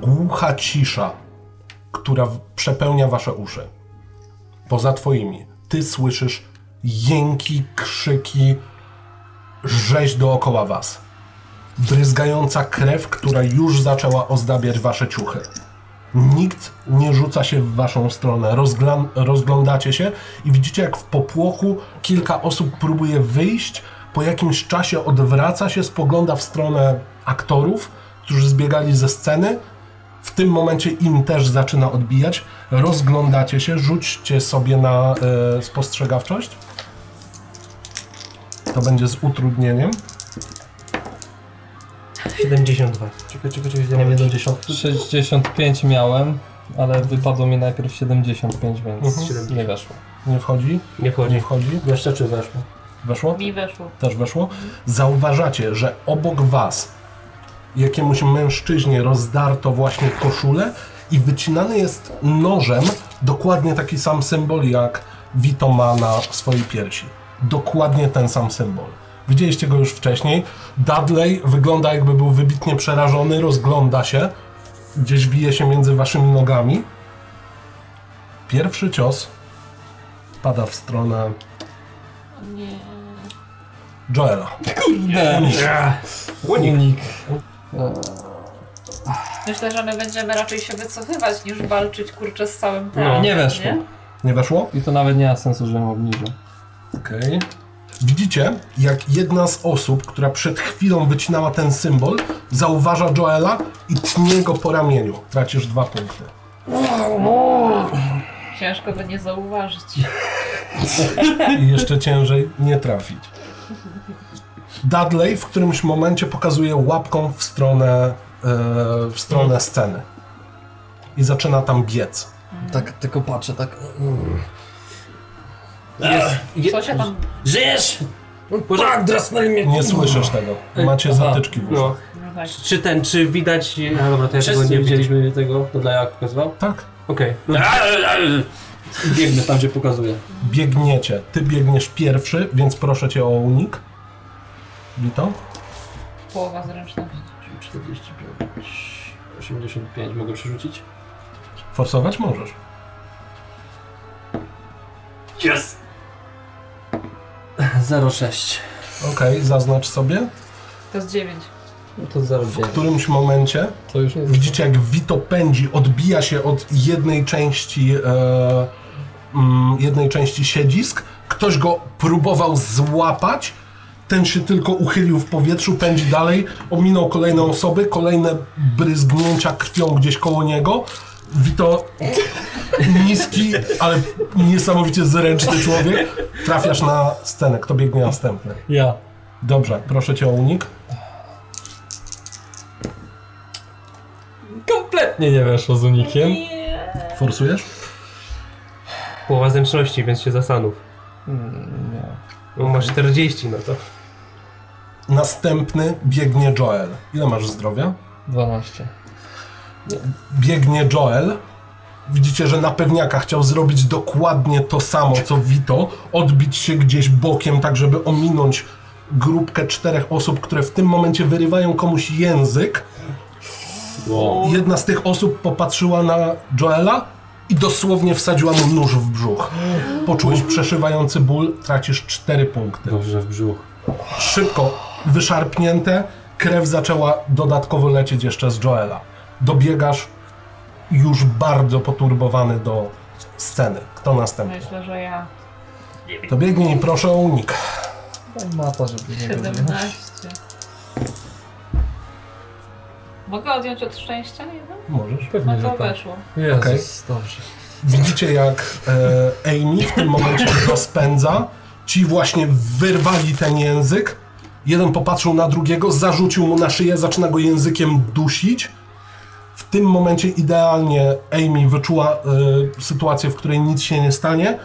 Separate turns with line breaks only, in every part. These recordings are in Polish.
głucha cisza, która w- przepełnia wasze uszy. Poza twoimi. Ty słyszysz jęki, krzyki, rzeź dookoła was. Bryzgająca krew, która już zaczęła ozdabiać wasze ciuchy. Nikt nie rzuca się w waszą stronę. Rozglan- rozglądacie się i widzicie, jak w popłochu kilka osób próbuje wyjść. Po jakimś czasie odwraca się, spogląda w stronę aktorów, którzy zbiegali ze sceny. W tym momencie im też zaczyna odbijać. Rozglądacie się, rzućcie sobie na e, spostrzegawczość. To będzie z utrudnieniem.
72. Czekaj, czekaj, czekaj, ja mam 70.
65 miałem, ale wypadło mi najpierw 75, więc nie weszło.
Nie wchodzi?
Nie
Nie
wchodzi.
wchodzi?
Jeszcze czy weszło?
Weszło?
Mi weszło.
też weszło, zauważacie, że obok was jakiemuś mężczyźnie rozdarto właśnie koszulę i wycinany jest nożem dokładnie taki sam symbol, jak Vito ma na swojej piersi. Dokładnie ten sam symbol. Widzieliście go już wcześniej. Dudley wygląda jakby był wybitnie przerażony, rozgląda się, gdzieś bije się między waszymi nogami. Pierwszy cios pada w stronę
Nie.
Joela.
Unik.
Myślę, że my będziemy raczej się wycofywać niż walczyć kurczę z całym teatrem.
No. nie weszło.
Nie weszło?
I to nawet nie ma sensu, że ją obniżę.
Okej. Widzicie, jak jedna z osób, która przed chwilą wycinała ten symbol, zauważa Joela i tnie go po ramieniu. Tracisz dwa punkty.
Ciężko by nie zauważyć.
I jeszcze ciężej nie trafić. Dudley w którymś momencie pokazuje łapką w stronę, e, w stronę sceny. I zaczyna tam biec.
Tak, tylko patrzę, tak.
Je-
Co się tam...
Żyjesz! Tak, drasnęli mnie.
Nie słyszysz tego. Macie zatyczki w
No.
uszach.
No tak.
Czy ten, czy widać...
No dobra, to ja
Wszyscy
tego nie widzieliśmy.
widzieliśmy tego, to dla jak pokazywał?
Tak.
Okej. No. I Biegnę tam, gdzie pokazuje.
Biegniecie. Ty biegniesz pierwszy, więc proszę cię o unik. Witam.
Połowa zręczności.
45... 85 mogę przerzucić?
Forsować możesz.
Yes! 06.
Okej, zaznacz sobie.
To jest 9.
No to zaraz
W którymś momencie
To już jest.
widzicie, jak Vito pędzi, odbija się od jednej części, e, mm, jednej części siedzisk. Ktoś go próbował złapać. Ten się tylko uchylił w powietrzu, pędzi dalej, ominął kolejne osoby, kolejne bryzgnięcia krwią gdzieś koło niego. Vito, niski, ale niesamowicie zręczny człowiek, trafiasz na scenę. Kto biegnie następny?
Ja.
Dobrze, proszę cię o unik.
Kompletnie nie weszło z unikiem.
Nie.
Forsujesz?
Połowa zręczności, więc się zastanów.
Mm, nie.
No, masz 40, no to.
Następny biegnie Joel. Ile masz zdrowia?
12.
Biegnie Joel. Widzicie, że na pewniaka chciał zrobić dokładnie to samo co Vito, odbić się gdzieś bokiem, tak żeby ominąć grupkę czterech osób, które w tym momencie wyrywają komuś język. Jedna z tych osób popatrzyła na Joela i dosłownie wsadziła mu nóż w brzuch. Poczułeś przeszywający ból, tracisz cztery punkty.
Dobrze w brzuch.
szybko wyszarpnięte, krew zaczęła dodatkowo lecieć jeszcze z Joela. Dobiegasz już bardzo poturbowany do sceny. Kto następny?
Myślę, że ja.
To biegnij, proszę o unik.
Daj mata, żeby nie było.
17. Mogę odjąć od szczęścia jeden?
Możesz.
No
tak.
to weszło.
Jezus, dobrze.
Widzicie, jak e, Amy w tym momencie go spędza. Ci właśnie wyrwali ten język. Jeden popatrzył na drugiego, zarzucił mu na szyję, zaczyna go językiem dusić. W tym momencie idealnie Amy wyczuła e, sytuację, w której nic się nie stanie.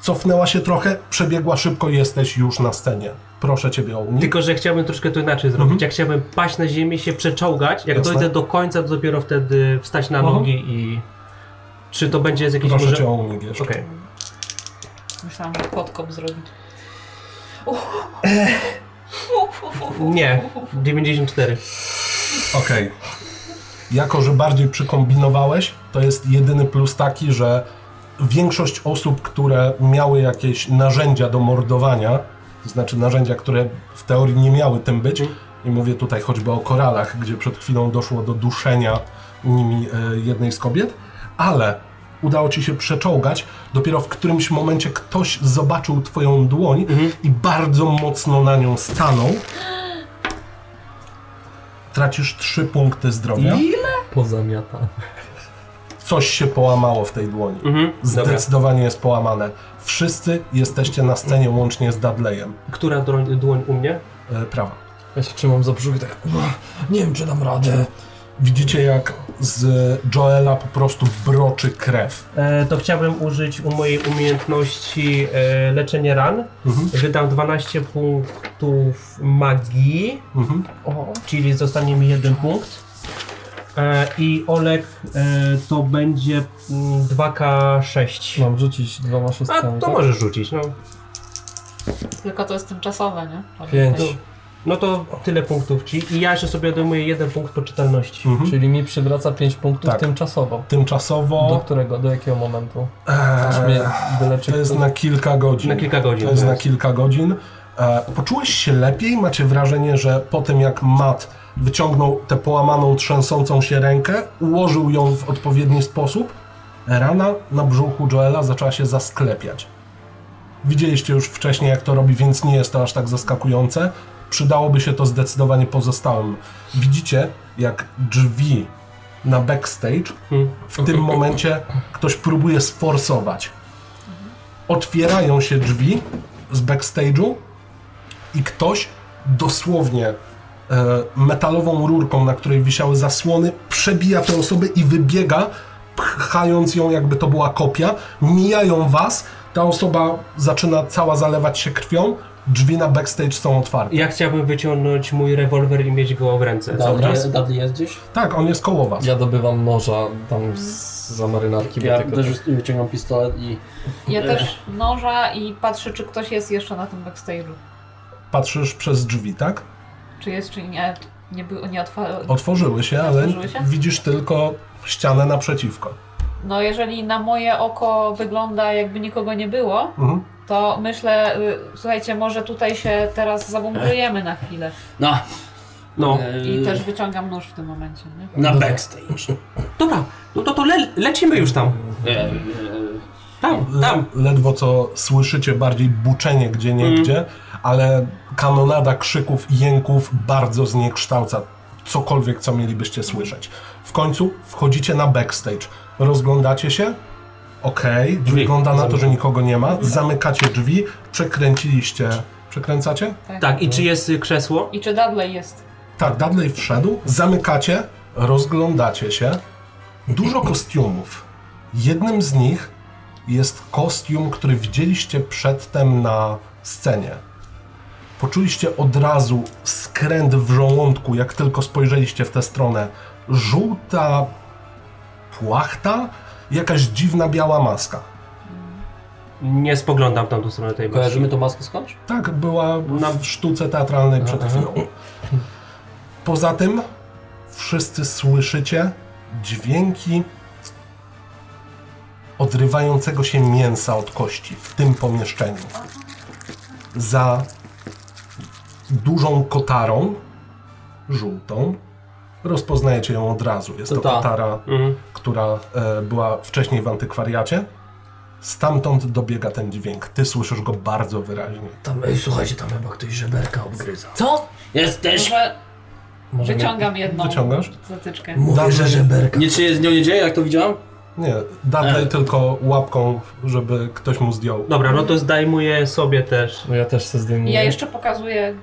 Cofnęła się trochę, przebiegła szybko, jesteś już na scenie. Proszę ciebie o unik.
Tylko, że chciałbym troszkę to inaczej zrobić. Ja chciałbym paść na ziemię, się przeczołgać. Jak
Jasne.
dojdę do końca, to dopiero wtedy wstać na
Mhm.
nogi i... Czy to będzie z jakiejś
Proszę
może...
cię o unik jeszcze.
Okej.
Myślałam, że podkop zrobić.
Nie. 94.
Okej. Jako, że bardziej przykombinowałeś, to jest jedyny plus taki, że większość osób, które miały jakieś narzędzia do mordowania, to znaczy narzędzia, które w teorii nie miały tym być, i mówię tutaj choćby o koralach, gdzie przed chwilą doszło do duszenia nimi e, jednej z kobiet, ale udało ci się przeczołgać, dopiero w którymś momencie ktoś zobaczył twoją dłoń i bardzo mocno na nią stanął. Tracisz trzy punkty zdrowia.
Pozamiata.
Coś się połamało w tej dłoni.
Mm,
Mhm. Dobra.
Zdecydowanie jest połamane. Wszyscy jesteście na scenie łącznie z Dudleyem.
Która dłoń, dłoń u mnie?
E, prawa.
Ja się trzymam za brzuch i tak, "Uch, nie wiem czy dam radę.
Widzicie, jak z Joela po prostu broczy krew.
E, to chciałbym użyć u mojej umiejętności e, leczenie ran.
Mhm.
Wydam 12 punktów magii,
Mhm.
czyli zostanie mi jeden punkt. E, I Olek e, to będzie mm, 2K6.
Mam rzucić dwoma
No,
A
szóstkami.
tak.
tak?
to możesz rzucić, no.
Tylko to jest tymczasowe, nie?
Pięć.
No to tyle punktów ci. I ja jeszcze sobie odejmuję jeden punkt poczytalności.
Hmm?
Mhm.
Czyli mi przywraca 5 punktów
Tak.
tymczasowo.
Tymczasowo
Do którego? Do jakiego momentu?
E,
Aż
eee,
mnie wyleczy
to jest
ktoś?
na kilka godzin.
Na kilka godzin. Mhm.
To jest na kilka godzin. E, poczułeś się lepiej? Macie wrażenie, że po tym jak Matt wyciągnął tę połamaną, trzęsącą się rękę, ułożył ją w odpowiedni sposób, rana na brzuchu Joela zaczęła się zasklepiać. Widzieliście już wcześniej, jak to robi, więc nie jest to aż tak zaskakujące. Przydałoby się to zdecydowanie pozostałym. Widzicie, jak drzwi na backstage
Hmm.
w tym momencie ktoś próbuje sforsować. Otwierają się drzwi z backstage'u i ktoś dosłownie e, metalową rurką, na której wisiały zasłony, przebija tę osobę i wybiega, pchając ją, jakby to była kopia. Mijają was, ta osoba zaczyna cała zalewać się krwią, drzwi na backstage są otwarte.
Ja chciałbym wyciągnąć mój rewolwer i mieć go w ręce.
Dudley-
Dobra.
Dudley jest gdzieś?
Tak, on jest koło was.
Ja dobywam noża tam z, za marynarki. bo
Ja
tylko- tak.
też wyciągam pistolet i...
Ja też noża i patrzę, czy ktoś jest jeszcze na tym backstage'u.
Patrzysz przez drzwi, tak?
Czy jest, czy nie. Nie, był, nie otwarł.
Otworzyły się, ale
Otworzyły się?
widzisz tylko ścianę naprzeciwko.
No jeżeli na moje oko wygląda jakby nikogo nie było,
Mhm.
to myślę, y, słuchajcie, może tutaj się teraz zabunkrujemy na chwilę.
No.
No.
I
Eee,
też wyciągam nóż w tym momencie, nie?
Na backstage.
Dobra, no to, to le lecimy już tam.
Eee,
Tam, tam. Mm.
Ledwo co słyszycie, bardziej buczenie gdzie niegdzie, ale kanonada krzyków i jęków bardzo zniekształca cokolwiek, co mielibyście słyszeć. W końcu wchodzicie na backstage, rozglądacie się, okej, wygląda na to, że nikogo nie ma, zamykacie drzwi, przekręciliście, przekręcacie?
Tak, i czy jest y, krzesło?
I czy Dudley jest?
Tak, Dudley wszedł, zamykacie, rozglądacie się. Dużo kostiumów. Jednym z nich jest kostium, który widzieliście przedtem na scenie. Poczuliście od razu skręt w żołądku, jak tylko spojrzeliście w tę stronę. Żółta płachta, i jakaś dziwna biała maska.
Nie spoglądam w tamtą stronę tej maski.
Kojarzymy tą maskę skądś?
Tak, była
Na-
w sztuce teatralnej przed chwilą. Poza tym wszyscy słyszycie dźwięki odrywającego się mięsa od kości w tym pomieszczeniu. Za dużą kotarą, żółtą, rozpoznajecie ją od razu. Jest to,
To ta.
kotara,
Mhm.
która e, była wcześniej w antykwariacie. Stamtąd dobiega ten dźwięk. Ty słyszysz go bardzo wyraźnie.
Tam, ej, słuchajcie, tam chyba ktoś żeberka obgryza.
Co? Jesteś!
Może
Może mnie-
wyciągam jedną
Wyciągasz?
zatyczkę.
Mówię,
Dawno nie-
że żeberka.
Nic się z nią nie dzieje, jak to widziałem?
Nie, Dudley
E.
tylko łapką, żeby ktoś mu zdjął.
Dobra, no to zdejmuję sobie też.
No ja też se zdejmuję.
Ja jeszcze pokazuję,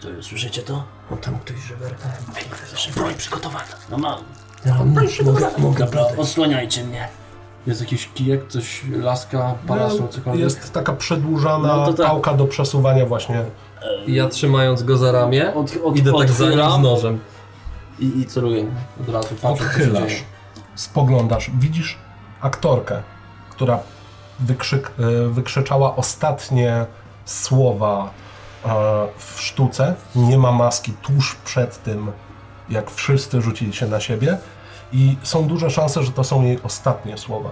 To Słyszycie to?
No tam ktoś żeberka obgryza.
Broń przygotowana. No mam.
Ja mogę, mogę, mogę
Dobra,
podejść.
odsłaniajcie mnie. Jest jakiś kijek, coś, laska, parasol, cokolwiek.
Jest taka przedłużana
No to tak.
pałka do przesuwania właśnie.
Ja trzymając go za ramię,
Od, od,
idę tak za nim z
odchylam
nożem.
i, i celuję od razu. Patrzę, co się
Odchylasz,
dzieje.
spoglądasz, widzisz aktorkę, która wykrzyk, y, wykrzyczała ostatnie słowa e, w sztuce. Nie ma maski tuż przed tym, jak wszyscy rzucili się na siebie i są duże szanse, że to są jej ostatnie słowa,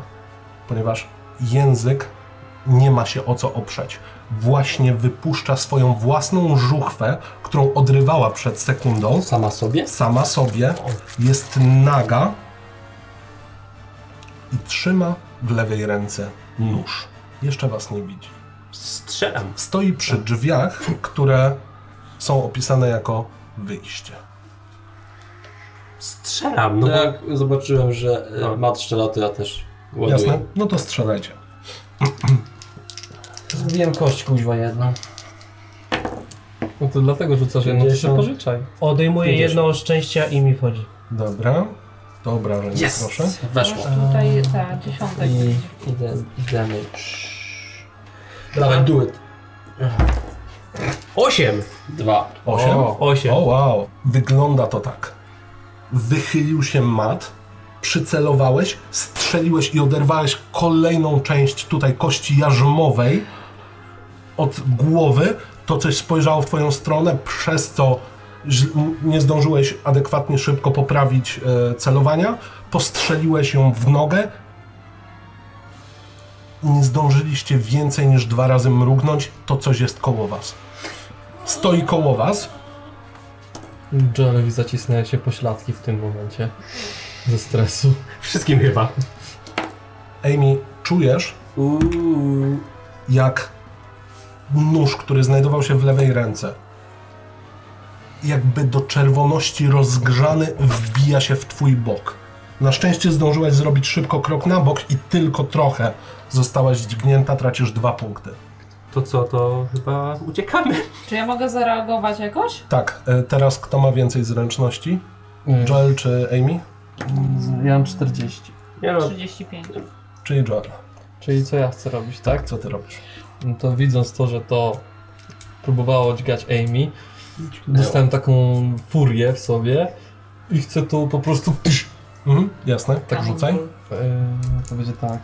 ponieważ język nie ma się o co oprzeć. Właśnie wypuszcza swoją własną żuchwę, którą odrywała przed sekundą,
Sama sobie?
sama sobie, jest naga i trzyma w lewej ręce nóż. Jeszcze was nie widzi
Strzelam.
stoi przy drzwiach, które są opisane jako wyjście.
Strzelam, no bo...
jak zobaczyłem, że
No.
ma strzela, to ja też ładuję.
Jasne? No to strzelajcie.
Zbiłem kość kuźwa jedną.
No to dlatego rzucasz jedną, to się
50.
pożyczaj.
Odejmuję jedno szczęścia i mi wchodzi.
Dobra. To obrażenie, proszę.
Weszło.
Masz tutaj ta dziesiątek.
I, i, da- i damage. Dawaj, do it.
Osiem!
Dwa.
Osiem?
O,
Osiem.
O, wow. Wygląda to tak. Wychylił się mat, przycelowałeś, strzeliłeś i oderwałeś kolejną część tutaj kości jarzmowej od głowy. To coś spojrzało w twoją stronę, przez co źl- m- nie zdążyłeś adekwatnie szybko poprawić e, celowania. Postrzeliłeś ją w nogę. Nie zdążyliście więcej niż dwa razy mrugnąć. To coś jest koło was. Stoi koło was.
Jarelowi zacisnęły się pośladki w tym momencie. Ze stresu.
Wszystkim chyba.
Amy, czujesz,
Uuu.
jak nóż, który znajdował się w lewej ręce, jakby do czerwoności rozgrzany, wbija się w twój bok. Na szczęście zdążyłaś zrobić szybko krok na bok i tylko trochę zostałaś dźgnięta, tracisz dwa punkty.
To co, to chyba uciekamy.
Czy ja mogę zareagować jakoś?
Tak, e, teraz kto ma więcej zręczności?
Nie,
Joel czy Amy?
Ja mam 40.
Nie
Tak
no,
35.
Czyli Joel.
Czyli co ja chcę robić, tak?
Co ty robisz?
No to widząc to, że to próbowało dźgać Amy, dostałem taką furię w sobie i chcę to po prostu... Psz,
Mhm, jasne, tak rzucaj.
yy, to będzie tak.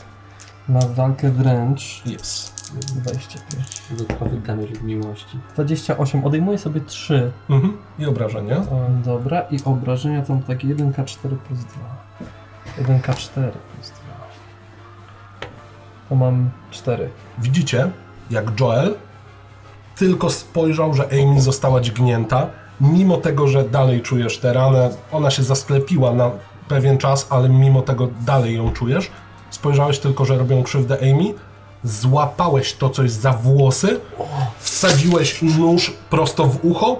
Na walkę wręcz
Yes.
25.
dodatkowy damage od miłości.
28. Odejmuję sobie 3.
Mhm. I obrażenia.
Dobra, i obrażenia tam takie 1K4 plus 2. 1K4 plus 2. To mam 4.
Widzicie, jak Joel tylko spojrzał, że Amy została dźgnięta, mimo tego, że dalej czujesz tę ranę, ona się zasklepiła na pewien czas, ale mimo tego dalej ją czujesz. Spojrzałeś tylko, że robią krzywdę Amy, złapałeś to coś za włosy, wsadziłeś nóż prosto w ucho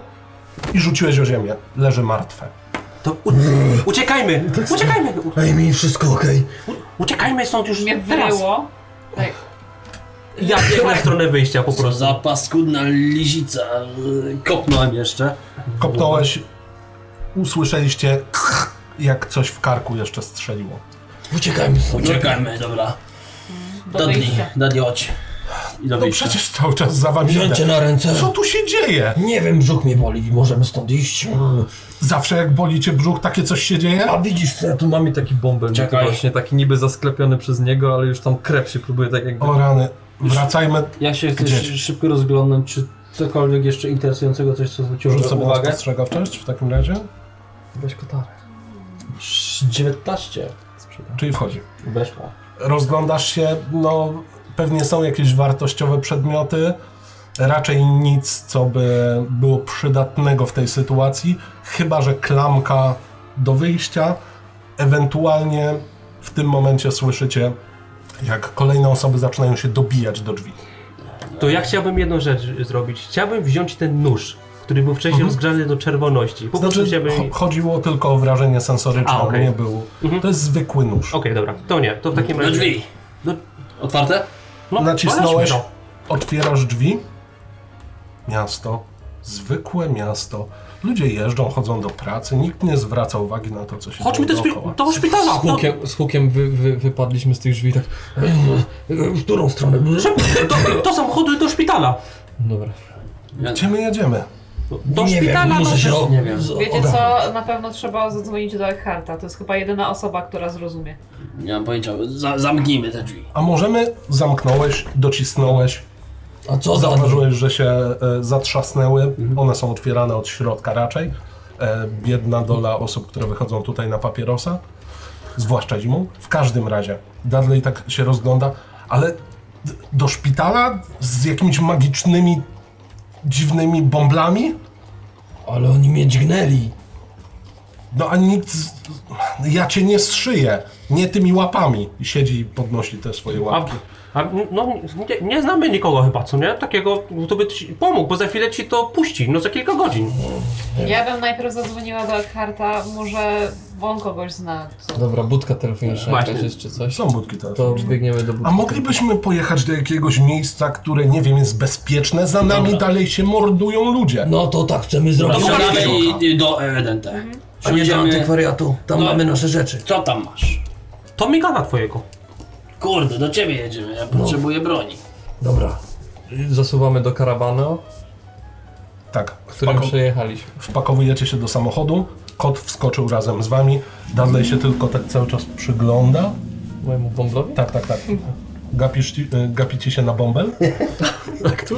i rzuciłeś o ziemię. Leży martwe.
To u... uciekajmy! Uciekajmy! U...
Ej, mi wszystko okej.
Uciekajmy stąd już
Mnie
teraz.
wyryło. Tak.
Ja biegnę w stronę wyjścia po prostu.
Za paskudna lizica.
y, Kopnąłem jeszcze.
Kopnąłeś, usłyszeliście, jak coś w karku jeszcze strzeliło.
Uciekajmy stąd.
Uciekajmy, dobra.
Do wyjścia.
Dadni, chodź. I do
No
wyjścia.
przecież cały czas za wami
Wziąć cię
idę.
na ręce.
Co tu się dzieje?
Nie wiem, brzuch mnie boli. Możemy stąd iść. Mm.
Zawsze jak boli cię brzuch, takie coś się dzieje?
A widzisz co ja tu mam?
Mamy taki bąbel
Czekaj.
właśnie, taki niby zasklepiony przez niego, ale już tam krew się próbuje tak jakby...
O rany, wracajmy.
Ja się chcę
Gdzieś.
szy- szybko rozglądam, czy cokolwiek jeszcze interesującego, coś co zwróciło
Rzuć sobie na
uwagę.
spostrzegawczość w takim razie.
Weź kotarę.
Sz- 19
Sprzedam.
Czyli wchodzi.
weszło.
Rozglądasz się, no pewnie są jakieś wartościowe przedmioty. Raczej nic, co by było przydatnego w tej sytuacji, chyba że klamka do wyjścia. Ewentualnie w tym momencie słyszycie, jak kolejne osoby zaczynają się dobijać do drzwi.
To ja chciałbym jedną rzecz zrobić. Chciałbym wziąć ten nóż, który był wcześniej rozgrzany do czerwoności. Po prostu
Znaczy,
chciałbym...
cho-
Okej,
chodziło tylko o wrażenie sensoryczne,
A, okej. Mhm.
nie był. To jest zwykły nóż.
dobra. To nie, to w takim
Do
razie...
No drzwi. Do... Otwarte?
No,
Nacisnąłeś,
walaśmy to.
otwierasz drzwi. Miasto, zwykłe miasto. Ludzie jeżdżą, chodzą do pracy, nikt nie zwraca uwagi na to, co się
Chodźmy do,
dzieje
szpi-
dookoła.
do
Z
szpitala! No,
hukiem, z hukiem wy, wy, wypadliśmy z tych drzwi tak...
Ej, e, W którą stronę?
szybko, to, to samochody do szpitala!
Dobra.
Gdzie my jedziemy?
Do
nie wiem,
szpitala!
muszę
do...
się...
Nie wiem.
Wiecie co, na pewno trzeba zadzwonić do Eckharta. To jest chyba jedyna osoba, która zrozumie.
Nie mam pojęcia. Za- zamknijmy te drzwi.
A możemy zamknąłeś, docisnąłeś,
A co za...
zauważyłeś, że się e, zatrzasnęły. One są otwierane od środka raczej. e, biedna dola osób, które wychodzą tutaj na papierosa, zwłaszcza zimą. W każdym razie, Dudley tak się rozgląda, ale d- do szpitala z jakimiś magicznymi, dziwnymi bąblami?
Ale oni mnie dźgnęli.
No a nikt. Z... Ja cię nie zszyję. Nie tymi łapami. I siedzi i podnosi te swoje
A,
łapki.
a, no, nie, nie znamy nikogo chyba, co nie? Takiego, to by ci pomógł, bo za chwilę ci to puści, no za kilka godzin.
Ja bym najpierw zadzwoniła do Eckharta, może on kogoś zna. Co...
Dobra, budka telefoniczna
Właśnie.
jakaś jest czy coś.
Są budki
To
telefoniczne.
biegniemy do budki.
A moglibyśmy pojechać do jakiegoś miejsca, które nie wiem, jest bezpieczne. Za nami dalej się mordują ludzie.
No to tak chcemy zrobić.
Wsiadamy i- i do Edente.
A nie do
Siądziemy.
antykwariatu. Tam
No.
mamy nasze rzeczy.
Co tam masz?
To migana twojego.
Kurde, do ciebie jedziemy, ja potrzebuję broni.
Dobra.
Zasuwamy do karawany,
Tak,
którym
wpako-
przejechaliśmy.
wpakowujecie się do samochodu. Kot wskoczył razem z wami. Dudley się tylko tak cały czas przygląda.
Mojemu bąblowi?
Tak, tak, tak. Gapisz, ci- y, gapicie się na bąbel.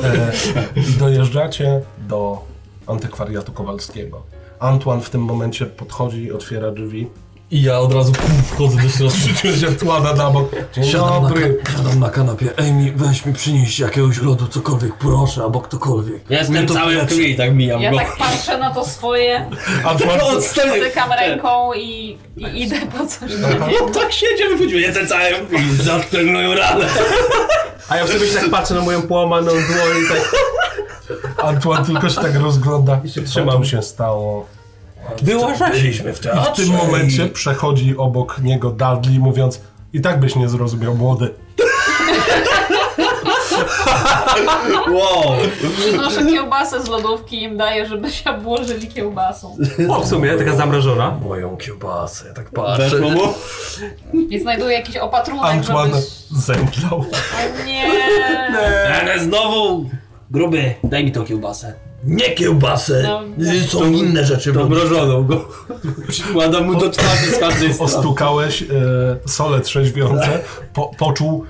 E, I dojeżdżacie do antykwariatu Kowalskiego. Antoine w tym momencie podchodzi, otwiera drzwi.
I ja od razu pum, wchodzę do środka.
Przyczyna się kłada na bok. Dzień
Siadam na,
dobry.
ka- siadam na kanapie. Amy, weź mi przynieść jakiegoś lodu, cokolwiek, proszę, albo ktokolwiek.
Jestem
Mnie to
cały w
pieprz.
krwi, tak mijam
No.
Ja
go.
tak patrzę na to swoje,
Antoine,
dotykam ręką i, i idę po coś.
No.
Ja tak siedzę, wychodzimy, jestem cały w krwi, zatknę moją ranę.
A ja w sobie się tak patrzę na moją połamaną dłoń i tak...
Antoine tylko się tak rozgląda.
się
Co
trzymam.
tu się stało?
Była rzeź.
Byliśmy w teatrze.
W tym momencie przechodzi obok niego Dudley, mówiąc i tak byś nie zrozumiał, młody.
Wow.
Przynoszę kiełbasę z lodówki i im daję, żeby się obłożyli kiełbasą.
O, w sumie, taka zamrożona.
Moją kiełbasę, tak patrzę.
Weszło mu?
I znajduję jakiś opatrunek,
Antoine
Tak, żebyś...
zemdlał.
O nie!
Ale znowu... Gruby, daj mi tą kiełbasę.
Nie kiełbasę!
No,
Są inne rzeczy. bo-
Mrożoną go. Przykładam mu do twarzy z każdej strony.
Ostukałeś e, sole trzeźwiące, po, poczuł...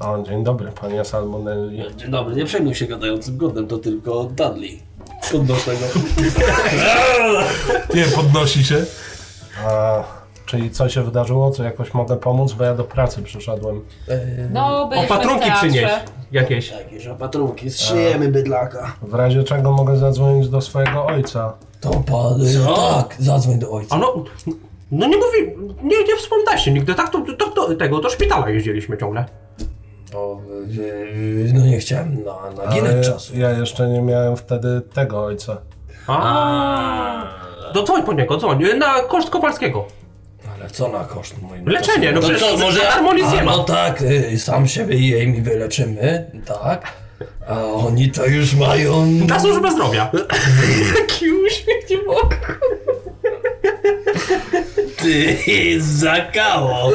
O, dzień dobry, panie Salmonelli.
Dzień dobry, nie przejmuj się gadającym godem, to tylko Dudley. Podnoszę go.
Nie, podnosi się. A, czyli co się wydarzyło? Co jakoś mogę pomóc? Bo ja do pracy przyszedłem.
No, byliśmy
Opatrunki
w
przynieś
teatrze.
jakieś.
Tak, Jakieś opatrunki,
Szyjemy bydlaka.
W razie czego mogę zadzwonić do swojego ojca.
To pan...
Co?
Tak, zadzwoń do ojca.
A no... No nie mówi... Nie, nie wspomina się nigdy, tak to, to, to tego, do szpitala jeździliśmy ciągle.
Bo, y, y, no nie chciałem na, naginać
Ale
czasu.
ja jeszcze nie miałem wtedy tego ojca.
A. No dzwoń po niego, dzwoń, na koszt Kowalskiego.
Ale co na koszt moim
Leczenie, no
To
przecież
co, może-
harmonii
A,
nie ma.
no tak, y, sam siebie i jej mi wyleczymy, tak. A oni to już mają...
Na służbę zdrowia. Jaki uśmiech nie mogę.
Ty, zakało!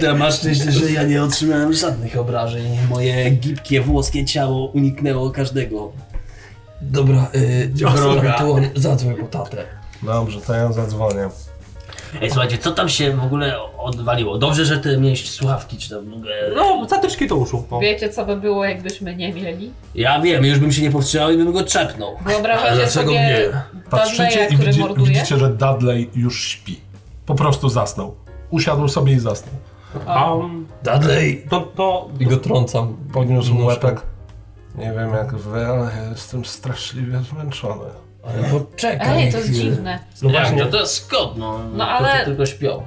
Ty masz szczęście, że ja nie otrzymałem żadnych obrażeń. Moje gibkie włoskie ciało uniknęło każdego.
Dobra, y,
Droga.
Antuan, zadzwoń po tatę.
Dobrze, to ja zadzwonię.
Ej, słuchajcie, co tam się w ogóle odwaliło? Dobrze, że ty miałeś słuchawki, czy tam... E,
No, zatyczki to uszu. No.
Wiecie, co by było, jakbyśmy nie mieli?
ja wiem, już bym się nie powstrzymał i bym go czepnął.
Wyobrażacie sobie
Patrzycie
Dudleya,
i
który
widzi,
morduje?
widzicie, że Dudley już śpi. Po prostu zasnął. Usiadł sobie i zasnął.
A
Dudley,
to, to...
I go trącam.
Podniósł
Nóżką.
łepek. Nie wiem jak wy, ale ja jestem straszliwie zmęczony.
ale poczekaj
Ej, to jest
chwilę.
dziwne.
No właśnie. to, to jest skąd, no.
No ale-
to tylko śpią.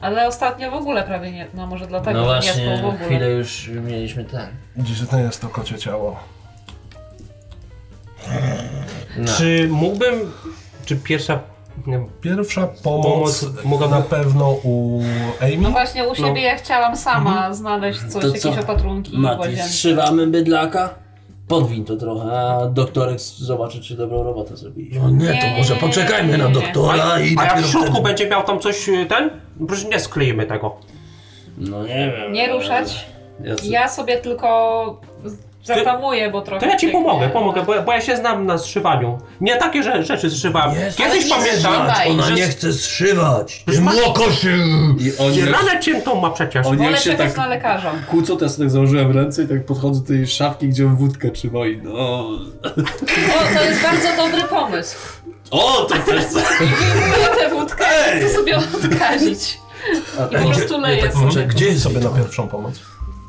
Ale ostatnio w ogóle prawie nie... No może dlatego,
no
że nie spał
właśnie,
w ogóle.
chwilę już mieliśmy ten.
Dziwne jest to kocie ciało.
Czy mógłbym... Czy pierwsza... Nie wiem,
Pierwsza pomoc,
Pomoc mogę-
na pewno u
No
Amy.
właśnie u siebie ja chciałam sama znaleźć coś,
To
jakieś
co?
opatrunki w
Mati,
łazience.
zszywamy bydlaka? Podwin to trochę, a doktorek zobaczy, czy dobrą robotę zrobiliśmy.
No nie, to
Nie,
może
nie, nie,
poczekajmy
nie,
na
nie.
doktora i
A jak
dopiero
w środku
wtedy-
będzie miał tam coś y, ten? Przecież nie skleimy tego.
No nie wiem.
Nie ruszać.
Ja, co-
Ja sobie tylko Zatamuję, bo trochę...
To ja ci
cieknie.
pomogę, pomogę, bo ja, bo ja się znam na zszywaniu. Nie takie że, rzeczy zszywam.
Nie
Kiedyś pamiętam,
zszywaj.
Ona
że
nie chce zszywać.
Przecież masz-
Młoko się!
I on już,
ranę ciętą ma przecież.
on
Wolę
już się
czekać
tak
na lekarza.
kłócą, to ja sobie tak założyłem ręce i tak podchodzę do tej szafki, gdzie on wódkę trzyma i no...
O, to jest bardzo dobry pomysł.
O, to też
Wyjmuję tę wódkę i chcę sobie odkazić. I po prostu leję sobie.
Gdzie jest
Sobie na pierwszą pomoc.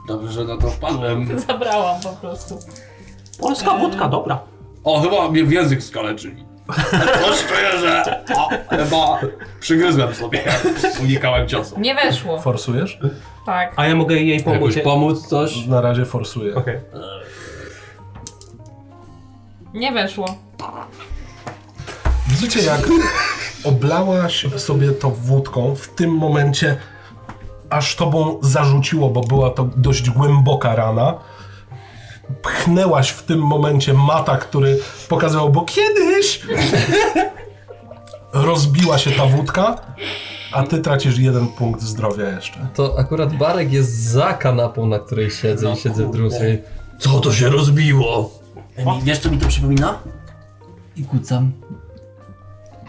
Dobrze, że na to wpadłem.
Zabrałam po prostu.
Polska wódka, dobra.
O, chyba mnie w język skaleczyli. Coś czuję, że... O, chyba przygryzłem sobie. Unikałem ciosu.
Nie weszło.
Forsujesz?
Tak.
A ja mogę jej pomóc.
Jakoś pomóc coś?
Na razie forsuję.
Okej.
Nie weszło.
Widzicie, jak oblałaś sobie to wódką, w tym momencie aż tobą zarzuciło, bo była to dość głęboka rana. Pchnęłaś w tym momencie mata, który pokazywał, bo kiedyś rozbiła się ta wódka, a ty tracisz jeden punkt zdrowia jeszcze.
To akurat Barek jest za kanapą, na której siedzę
No
i siedzę w drugim stronie.
Co to się rozbiło?
Emi, wiesz, co mi to przypomina?
I kucam.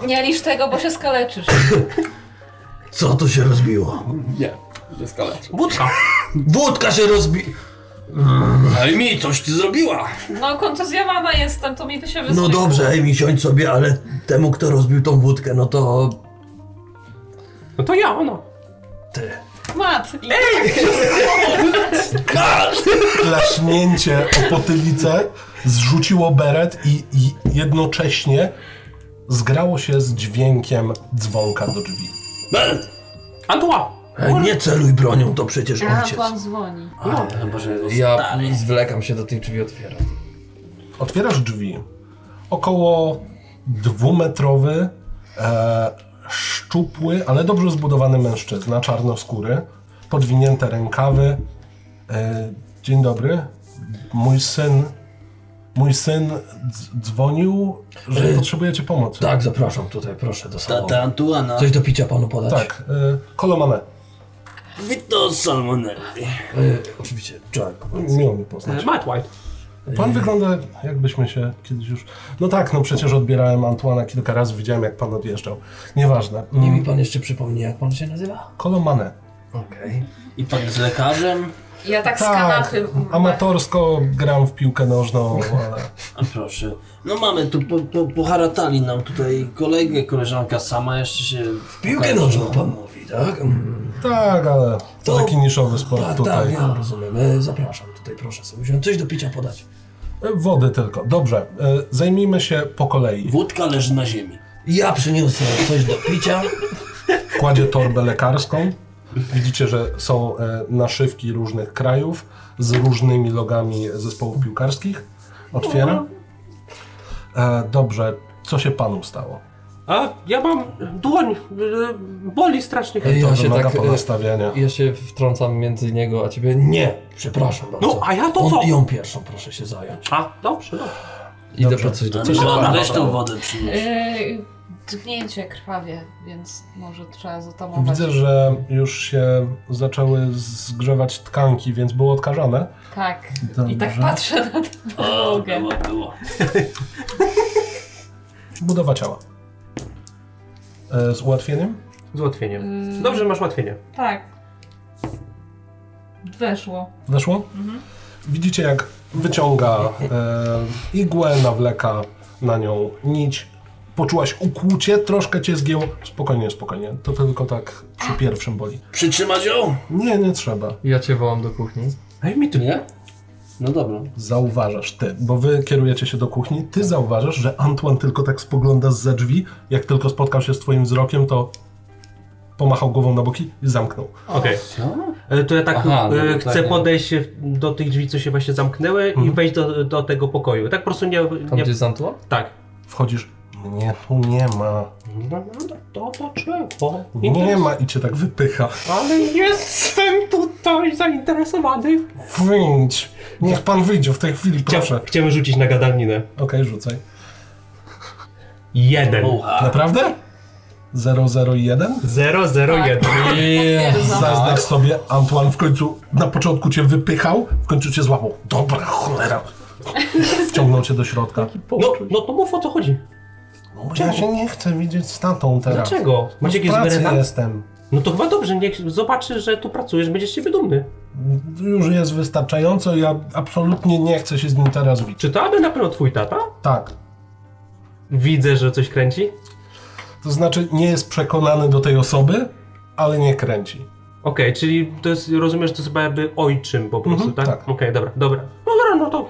Nie licz tego, bo się skaleczysz.
Co to się rozbiło?
Nie, nie skaleczy.
Wódka.
Wódka się rozbi...
Emi, coś ty zrobiła!
No, kontuzjowana jestem, to mi to się
No
wysypie.
dobrze, Amy, siądź sobie, ale temu, kto rozbił tą wódkę, no to...
No to ja, ona.
Ty.
Mat.
Klaśnięcie o potylicę zrzuciło beret i, i jednocześnie zgrało się z dźwiękiem dzwonka do drzwi.
Antua.
E, Nie celuj bronią, to przecież ojciec.
Antoine dzwoni.
Ja zwlekam się do tych drzwi, otwieram.
Otwierasz drzwi. Około dwumetrowy, e, szczupły, ale dobrze zbudowany mężczyzna, czarnoskóry, podwinięte rękawy. E, dzień dobry. Mój syn. Mój syn dz- dzwonił, że potrzebujecie pomocy.
E, Tak, zapraszam tutaj, proszę, do salonu.
Antuana.
Coś do picia panu podać?
Tak, e, Kolomane.
Wito salmonelli.
E, oczywiście, Jack.
Miło mi poznać.
E, Matt White.
E,
Pan wygląda, jakbyśmy się kiedyś już. No tak, no przecież odbierałem Antuana kilka razy, widziałem jak pan odjeżdżał. Nieważne. Mm,
Nie mi pan jeszcze przypomni, jak pan się nazywa?
Kolomane.
Okej.
I pan z lekarzem?
Ja tak z
Tak,
kanapy...
amatorsko gram w piłkę nożną, ale
A proszę. No mamy tu, po, po, poharatali nam tutaj kolegę, koleżanka sama jeszcze się...
W Piłkę nożną pan mówi, tak? Mm.
tak, ale to
To-
taki niszowy sport
Tak, tak,
tutaj.
ja rozumiem. E, Zapraszam tutaj, proszę sobie wziąć. Coś do picia podać.
E, Wody tylko. Dobrze, e, zajmijmy się po kolei.
Wódka leży na ziemi.
Ja przyniosę coś do picia.
Kładzie torbę lekarską. Widzicie, że są e, naszywki różnych krajów z różnymi logami zespołów piłkarskich. Otwiera.
No.
E, dobrze, co się panu stało?
A ja mam dłoń. e, Boli strasznie.
Ej,
To
Ja się
wymaga
tak, e,
ponastawiania.
Ja się wtrącam między niego a ciebie. Nie!
Nie, przepraszam bardzo.
No, a ja to
On-
co?
Ją pierwszą proszę się zająć.
A, dobrze, dobrze.
Idę po coś do
Co się Dobra, No, weź tą wodę przynieś.
Yy, Tgnięcie krwawie, więc może trzeba zatamować.
Widzę, że już się zaczęły zgrzewać tkanki, więc było odkażane.
Tak. I tak
Dobrze.
patrzę na tę
O,
podłogę.
było, było.
Budowa ciała. E, Z ułatwieniem?
Z ułatwieniem.
Yy,
Dobrze, masz ułatwienie.
Tak. Weszło.
Weszło? Widzicie, jak wyciąga e, igłę, nawleka na nią nić. Poczułaś ukłucie, troszkę cię zgięło. Spokojnie, spokojnie. To tylko tak przy pierwszym boli.
Przytrzymać ją?
Nie, nie trzeba.
Ja cię wołam do kuchni.
Ej, mi tu.
Nie? No dobra.
Zauważasz ty, bo wy kierujecie się do kuchni, ty zauważasz, że Antoine tylko tak spogląda za drzwi, jak tylko spotkał się z twoim wzrokiem, to pomachał głową na boki i zamknął.
Okej. E, To ja tak Mhm.
Aha, no
e,
to
chcę
tak, nie.
podejść do tych drzwi, co się właśnie zamknęły i wejść do, do tego pokoju. Tak po prostu nie...
Tam
nie
gdzie jest Antua?
tak.
Wchodzisz, mnie tu nie ma,
No, no, to dlaczego?
nie ma i cię tak wypycha.
Ale jestem tutaj zainteresowany.
Wyjdź, niech pan wyjdzie w tej chwili, proszę.
Chciałem rzucić na gadaninę.
Okej, rzucaj.
Jeden.
Ucha.
Naprawdę? 001?
001.
Zaznacz sobie, Antoine w końcu na początku cię wypychał, w końcu cię złapał. Dobra, cholera. Wciągnął cię do środka.
No, no to mów o co chodzi.
No, ja się nie chcę widzieć z tatą teraz.
Dlaczego?
No,
Masz
w
jakieś
pracy
bereta?
jestem.
No to chyba dobrze, niech zobaczy, że tu pracujesz, będziesz siebie dumny.
Już jest wystarczająco, ja absolutnie nie chcę się z nim teraz widzieć.
Czy to aby na pewno twój tata?
Tak.
Widzę, że coś kręci.
To znaczy, nie jest przekonany do tej osoby, ale nie kręci.
Okej, czyli to jest, rozumiesz, to jest chyba jakby ojczym po prostu,
Mhm,
tak?
tak.
Okej, dobra, dobra. No dobra, no to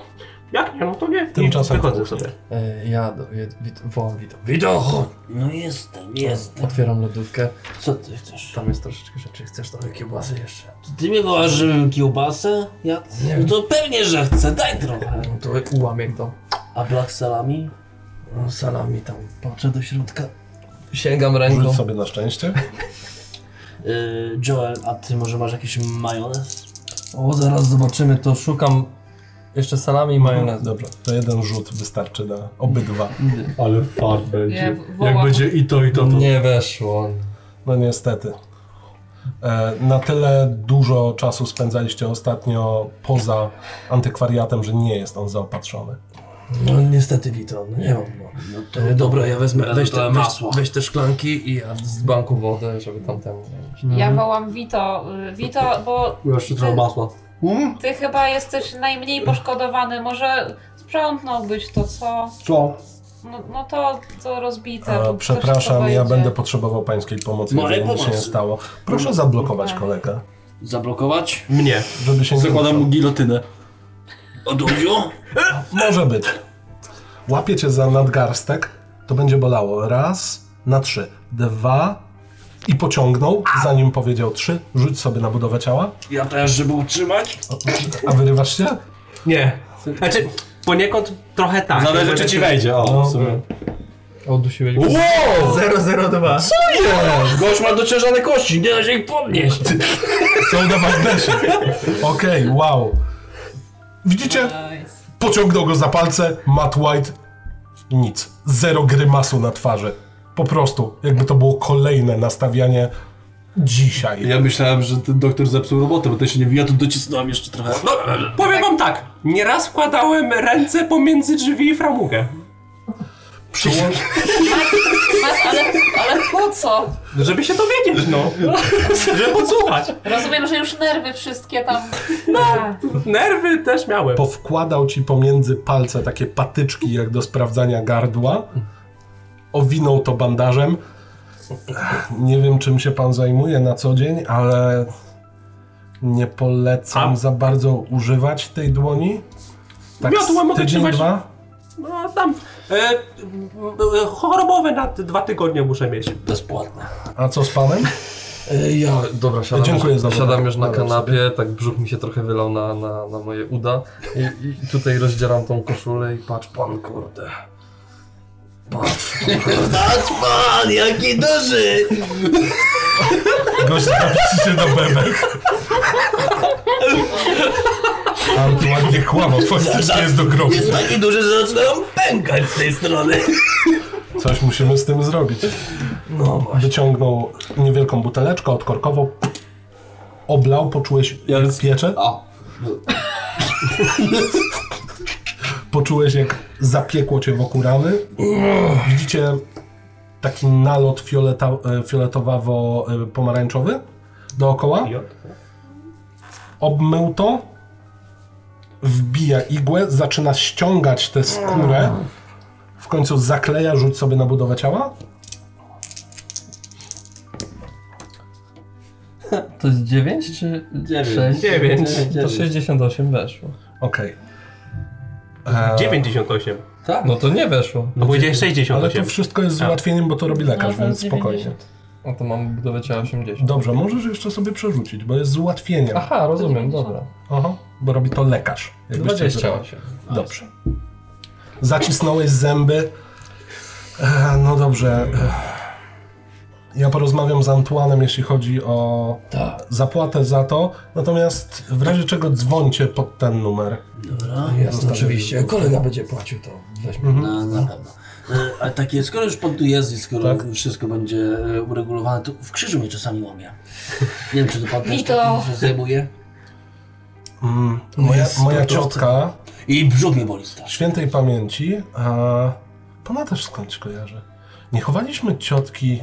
jak nie, no to nie.
Tymczasem
I wychodzę
kuchni.
sobie.
E, Ja do, wid, wid, wołam wido.
Wido, chodź.
No jestem, jestem.
Otwieram lodówkę.
Co ty chcesz?
Tam jest troszeczkę rzeczy. Chcesz trochę kiełbasy jeszcze?
To Ty mnie wołasz, żebym kiełbasę? Ja...
Nie
No to pewnie, że chcę, daj trochę.
No to ułamię to.
A black salami?
No, salami tam.
Patrzę do środka.
Sięgam ręką.
Rzuć sobie na szczęście.
Yy, Joel, a ty może masz jakiś majonez?
O, zaraz zobaczymy, to szukam jeszcze salami i majonezu.
No, Dobra, to jeden rzut wystarczy na obydwa.
Ale fart będzie.
Nie, wołam.
Jak będzie i to, i to, to.
No Nie weszło.
No niestety. E, Na tyle dużo czasu spędzaliście ostatnio poza antykwariatem, że nie jest on zaopatrzony.
No niestety Wito, no nie mam. No. E, Dobra, ja wezmę,
Będą
weź
to
te, weź,
masła.
weź te szklanki i ja
Z banku wodę, żeby tamtemu. nie iść.
Ja wołam Vito. y, Vito, bo
Jeszcze trochę masła.
ty chyba jesteś najmniej poszkodowany. Może sprzątnąłbyś to, co?
Co?
No, no to, to rozbite. bo
E,
ktoś Tak, to
Przepraszam, ja
pojedzie.
będę potrzebował pańskiej pomocy,
Mojej
jeżeli nic się nie
pomocy.
stało. Proszę zablokować
Tak.
kolegę,
Zablokować?
Mnie.
żeby się nie
Zakładam mu
ruszał.
gilotynę.
Odłudziu?
Może być. Łapię cię za nadgarstek, to będzie bolało. Raz, na trzy, dwa i pociągnął, zanim powiedział trzy. Rzuć sobie na budowę ciała.
Ja też, żeby utrzymać?
A wyrywasz się?
Nie. Znaczy, poniekąd trochę tak.
Zależy,
Jakby
czy ci
tak-
wejdzie, o, w sumie.
Odusiłeś go.
Wow!
002.
Gość ma dociężone kości, nie da się ich podnieść.
Są na was desie. Okej, wow. Widzicie? Pociągnął go za palce, Matt White. Nic. Zero grymasu na twarzy. Po prostu, jakby to było kolejne nastawianie dzisiaj.
Ja myślałem, że ten doktor zepsuł robotę, bo to się nie
Ja tu docisnąłem jeszcze trochę.
No, Powiem wam tak, nieraz wkładałem ręce pomiędzy drzwi i framugę.
Przyłącz...
Mas, ale, ale po co?
Żeby się dowiedzieć, no. Żeby podsłuchać.
Rozumiem, że już nerwy wszystkie tam.
Nerwy też miałem.
Powkładał ci pomiędzy palce takie patyczki, jak do sprawdzania gardła. Owinął to bandażem. Ech, Nie wiem, czym się pan zajmuje na co dzień, ale nie polecam
A-
za bardzo używać tej dłoni. Tak,
Miotła
z
mogę
tydzień,
trzymać-
dwa.
No a tam. E, e, chorobowe na t- dwa tygodnie muszę mieć.
Bezpłatne.
A co z panem?
E, Ja, dobra, siadam,
Dziękuję
już,
za
siadam
wodę.
już na
Dobra,
kanapie, tak brzuch mi się trochę wylał na, na, na moje uda I, i tutaj rozdzieram tą koszulę i patrz pan, kurde. Patrz,
Patrz pan, jaki duży!
Gość zapiszcie na bebek. Antoine nie kłamał, faktycznie jest do grobu.
Jest taki duży, że zaczynają pękać z tej strony.
Coś musimy z tym zrobić.
no właśnie.
Wyciągnął niewielką buteleczkę, odkorkował, oblał, poczułeś
Ja
jak
z-
piecze,
A,
poczułeś jak zapiekło cię wokół rany. Widzicie taki nalot fioleta, e, fioletowawo-pomarańczowy dookoła. obmył to, wbija igłę, zaczyna ściągać tę skórę, w końcu zakleja, rzuć sobie na budowę ciała.
to jest 9 czy
Dziewięć.
6?
Dziewięć.
To 68 weszło.
Okej.
98.
Tak.
No to nie weszło.
No powiedziałeś
Ale E, to
68.
wszystko jest z
A.
ułatwieniem, bo to robi lekarz,
No, to
więc
jest
spokojnie.
90. No to mam budowę ciała 80.
Dobrze, możesz jeszcze sobie przerzucić, bo jest z ułatwieniem.
Aha, rozumiem, dobra.
Aha, bo robi to lekarz. jakbyś chciał zrobić.
28.
Dobrze. Zacisnąłeś zęby. E, No dobrze. e. Ja porozmawiam z Antuanem, jeśli chodzi o zapłatę za to. Natomiast w razie czego dzwońcie pod ten numer.
Dobra,
Jasne, oczywiście. Jak kolega będzie płacił, to weźmy.
Mhm.
na, na pewno. E, A takie, skoro już pan tu jest i skoro
Tak.
wszystko będzie e, uregulowane, to w krzyżu mnie czasami łamie. Nie wiem, czy to pan też
Mi to-
takim się zajmuje.
Mm, moja,
Jest
moja
sportowcem.
ciotka
I brzuch mnie boli strasznie.
świętej pamięci, a pana też skądś kojarzę. Nie chowaliśmy ciotki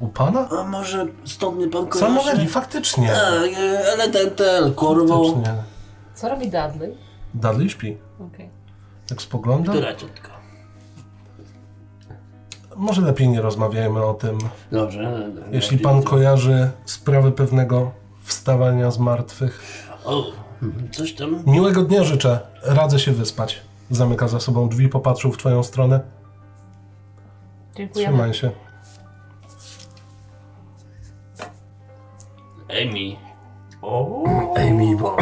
u pana?
A może stąd mnie pan
Co
kojarzy?
mówili? Faktycznie.
Tak, e, no. LTMTL, kurwo.
Faktycznie.
Co robi Dudley?
Dudley śpi.
Okej.
Tak spoglądam.
Która ciotka?
Może lepiej nie rozmawiajmy o tym.
Dobrze. e,
Jeśli
e,
pan kojarzy sprawy pewnego wstawania z martwych.
O, mhm, coś tam.
Miłego dnia życzę. Radzę się wyspać. Zamyka za sobą drzwi, popatrzył w twoją stronę.
Dziękujemy.
Trzymaj się.
Emi.
Amy, bo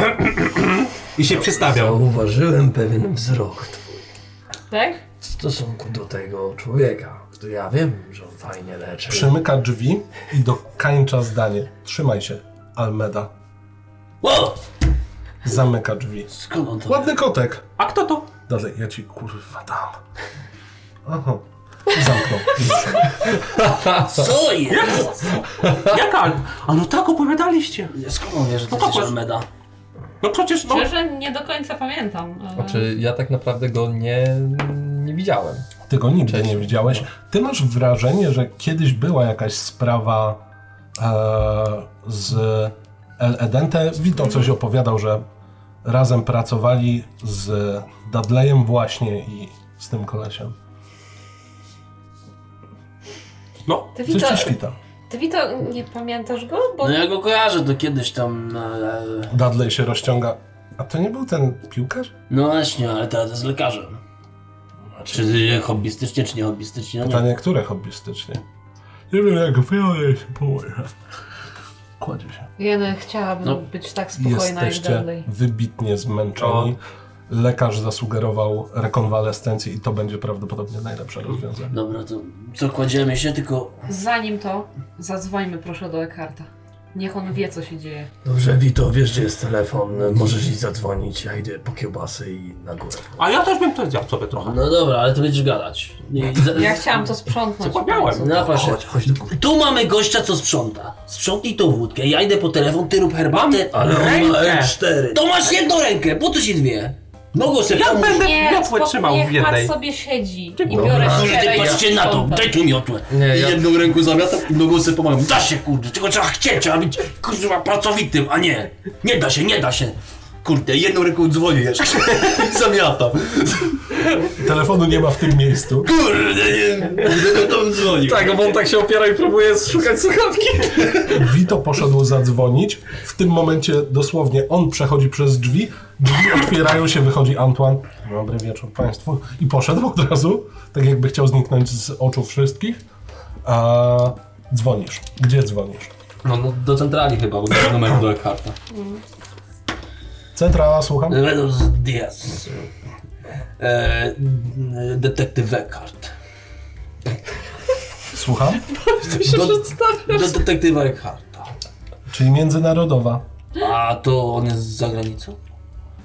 I się przystawiał.
zauważyłem pewien wzrok twój
Tak?
w stosunku do tego człowieka. To ja wiem, że on fajnie leczy.
Przymyka drzwi i dokańcza zdanie. Trzymaj się, Almeda.
O!
Zamyka drzwi.
Skąd on to?
Ładny kotek.
A kto to?
Dalej, ja ci kurwa dam. Aha. Zamknął. i zszedł.
Co jest?
Jaka? Al- A no tak opowiadaliście.
Skąd on wie, że to
No
jest
patrz.
Almeda?
No przecież no.
Szczerze, nie do końca pamiętam. ale-
Znaczy, ja tak naprawdę go nie, nie widziałem.
Ty go nigdy
Cześć.
nie widziałeś. Ty masz wrażenie, że kiedyś była jakaś sprawa e, z El Edente. Wito coś opowiadał, że razem pracowali z Dudleyem właśnie i z tym kolesiem.
No.
Ty
Coś
Wito,
ci świta.
ty Wito, nie pamiętasz go? Bo
No ja go kojarzę, to kiedyś tam... e,
Dudley się rozciąga. A to nie był ten piłkarz?
No właśnie, ale teraz jest lekarzem. A Czy hobbystycznie, czy nie hobbystycznie? No nie.
Pytanie, które hobbystycznie? Nie wiem jak wy, ale ja się boję. Kładzie się.
Jeden chciałabym
No,
być tak spokojna jak
Jesteście
Dudley.
wybitnie zmęczeni. Lekarz zasugerował rekonwalescencję i to będzie prawdopodobnie najlepsze rozwiązanie.
Dobra, to co, kładziemy się, tylko...
Zanim to, zadzwońmy proszę do Ekarta. Niech on wie, co się dzieje.
Dobrze, Wito, wiesz, gdzie jest telefon. Możesz iść zadzwonić. Ja idę po kiełbasy i na górę.
A ja też bym to zjadł sobie trochę.
No dobra, ale ty będziesz gadać. Nie, za...
Ja chciałam to sprzątnąć.
Zapomniałem.
w końcu.
No proszę.
Chodź, chodź do góry.
Tu mamy gościa, co sprząta. Sprzątnij tą wódkę, ja idę po telefon, ty rób herbatę.
Ale on ma
Rękę.
L4.
No.
To masz jedną rękę, po co ci dwie? Mogą sobie
Ja
pomóc.
będę
Nie,
miotłę
spoko-
trzymał w
niech Pat
jednej.
sobie siedzi i
Dobra.
biorę
Może
siekierę
ty
i
patrzcie na to,
sprzątam.
daj tu miotłę.
Nie, ja-
Jedną ręką zamiatam, drugą sobie pomagam. Da się kurde, tylko trzeba chcieć, trzeba być kurwa pracowitym, a nie. Nie da się, nie da się. Kurde, jedną ręką dzwonię jeszcze i zamiatam.
Telefonu nie ma w tym miejscu.
Kurde, nie, będę tam dzwonił.
Tak, bo on tak się opiera i próbuje szukać słuchawki.
Wito poszedł zadzwonić. W tym momencie dosłownie on przechodzi przez drzwi. Drzwi otwierają się, wychodzi Antoine. Dobry wieczór Państwu. I poszedł od razu, tak jakby chciał zniknąć z oczu wszystkich. A dzwonisz. Gdzie dzwonisz?
No, no do centrali chyba, bo do numeru do Ekarta.
Centrala, słucham.
Buenos dias. No, E, detektyw Eckhart.
Słucham.
Do, do detektywa Eckharta.
Czyli międzynarodowa.
A to on jest z zagranicą?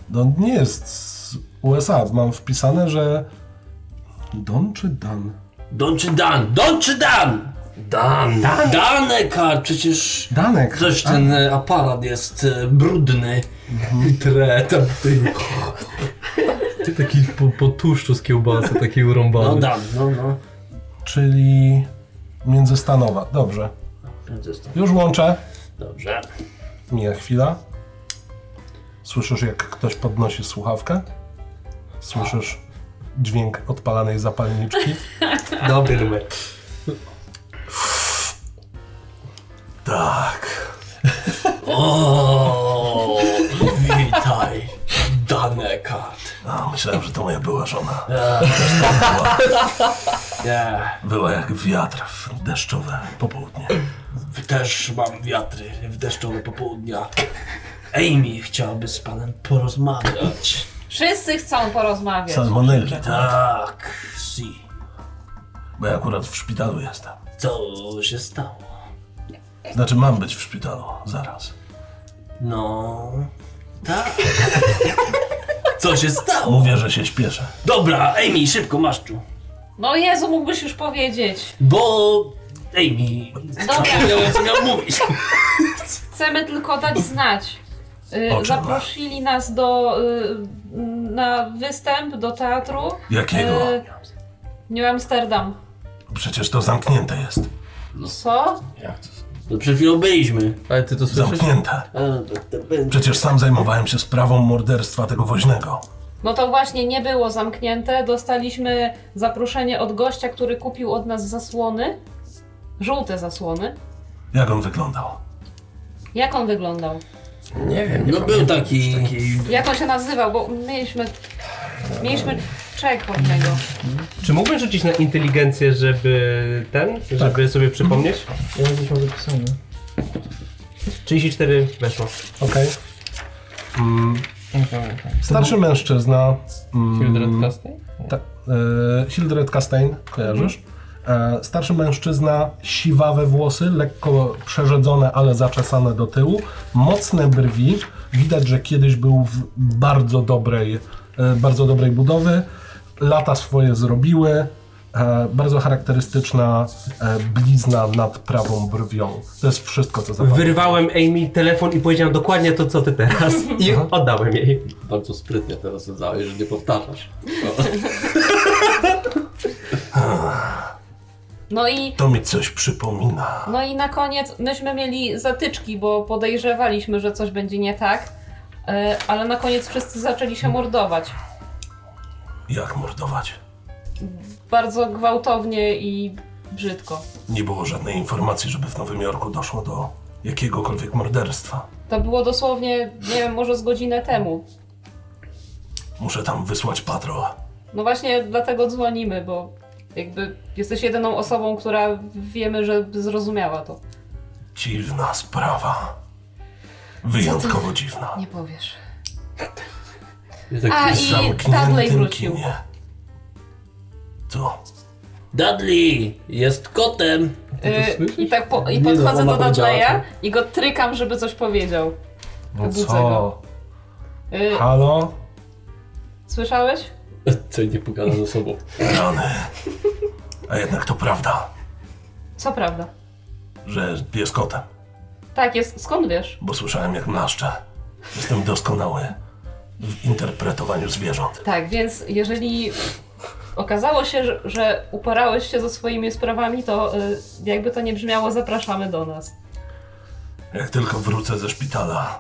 No nie jest z USA. Mam wpisane, że. Don czy Dan?
Don czy Dan? Don czy Dan?
Dan.
Dan Eckhart, przecież...
Danek!
Coś ten e, aparat jest e, brudny. Tre, tam ty.
Ty taki po, po tłuszczu z kiełbasy, taki urąbany.
No Dan, no no.
Czyli międzystanowa. Dobrze.
Zresztą,
Już łączę.
Dobrze.
Mija chwila. Słyszysz, jak ktoś podnosi słuchawkę? Słyszysz dźwięk odpalanej zapalniczki?
Dobry numer.
Tak.
O, witaj. Dan Eckhart.
A, No, myślałem, że to moja była żona.
Ja,
Była jak wiatr w deszczowe popołudnie.
też mam wiatry w deszczowe popołudnia. Amy chciałaby z panem porozmawiać.
Wszyscy chcą porozmawiać.
Salmonelli, tak?
Tak, si.
Bo ja akurat w szpitalu jestem.
Co się stało?
Znaczy, mam być w szpitalu zaraz.
No, tak. Co się stało?
Mówię, że się śpieszę.
Dobra, Amy, szybko maszczu.
No Jezu, mógłbyś już powiedzieć.
Bo... Amy...
Dobra,
Miałem co miał mówić.
chcemy tylko dać znać. Y, Zaprosili nas do, y, na występ do teatru.
Jakiego?
Y, New Amsterdam.
Przecież to zamknięte jest.
Co?
No przed chwilą byliśmy.
Ale ty to słyszysz?
Zamknięte.
A, to, to będzie...
Przecież sam zajmowałem się sprawą morderstwa tego woźnego.
No to właśnie nie było zamknięte. Dostaliśmy zaproszenie od gościa, który kupił od nas zasłony. Żółte zasłony.
Jak on wyglądał?
Jak on wyglądał?
Nie wiem, nie
No był taki...
Jak on się nazywał? Bo mieliśmy. Mieliśmy czek od niego.
Czy mógłbym rzucić na inteligencję, żeby ten,
Tak.
żeby sobie przypomnieć?
Ja gdzieś mam zapisane.
34 weszło.
Okej. Starszy mężczyzna. mm,
Hildred Castell?
ta- y, Hildred Castaigne, kojarzysz? E, Starszy mężczyzna, siwawe włosy, lekko przerzedzone, ale zaczesane do tyłu, mocne brwi. Widać, że kiedyś był w bardzo dobrej, e, bardzo dobrej budowy. Lata swoje zrobiły. E, Bardzo charakterystyczna e, blizna nad prawą brwią. To jest wszystko, co zapamiętam.
Wyrwałem Amy telefon i powiedziałem dokładnie to, co ty teraz. I oddałem jej.
Bardzo sprytnie teraz dodałeś, że nie powtarzasz.
No i,
To mi coś przypomina.
no i na koniec myśmy mieli zatyczki, bo podejrzewaliśmy, że coś będzie nie tak. E, Ale na koniec wszyscy zaczęli się mordować.
Jak mordować?
Bardzo gwałtownie i brzydko.
Nie było żadnej informacji, żeby w Nowym Jorku doszło do jakiegokolwiek morderstwa.
To było dosłownie, nie wiem, może z godzinę temu.
Muszę tam wysłać patrol.
No właśnie dlatego dzwonimy, bo jakby jesteś jedyną osobą, która wiemy, że zrozumiała to.
Dziwna sprawa. Wyjątkowo dziwna.
Nie powiesz.
tak
A
W
i Dudley
zamkniętym
wrócił.
kinie. Co?
Dudley jest kotem.
Y, I tak po, i
Nie no,
podchodzę
ona
do
powiedziała
Dudleya i go trykam, żeby coś powiedział.
No
Budzę
co?
go. Y,
Halo?
słyszałeś?
Co nie pogada ze sobą.
Rany. A jednak to prawda,
Co prawda.
że jest kotem,
Tak jest, skąd wiesz?
bo słyszałem jak mlaszcze. Jestem doskonały w interpretowaniu zwierząt.
Tak, więc jeżeli okazało się, że, że uporałeś się ze swoimi sprawami, to y, jakby to nie brzmiało, zapraszamy do nas.
Jak tylko wrócę ze szpitala,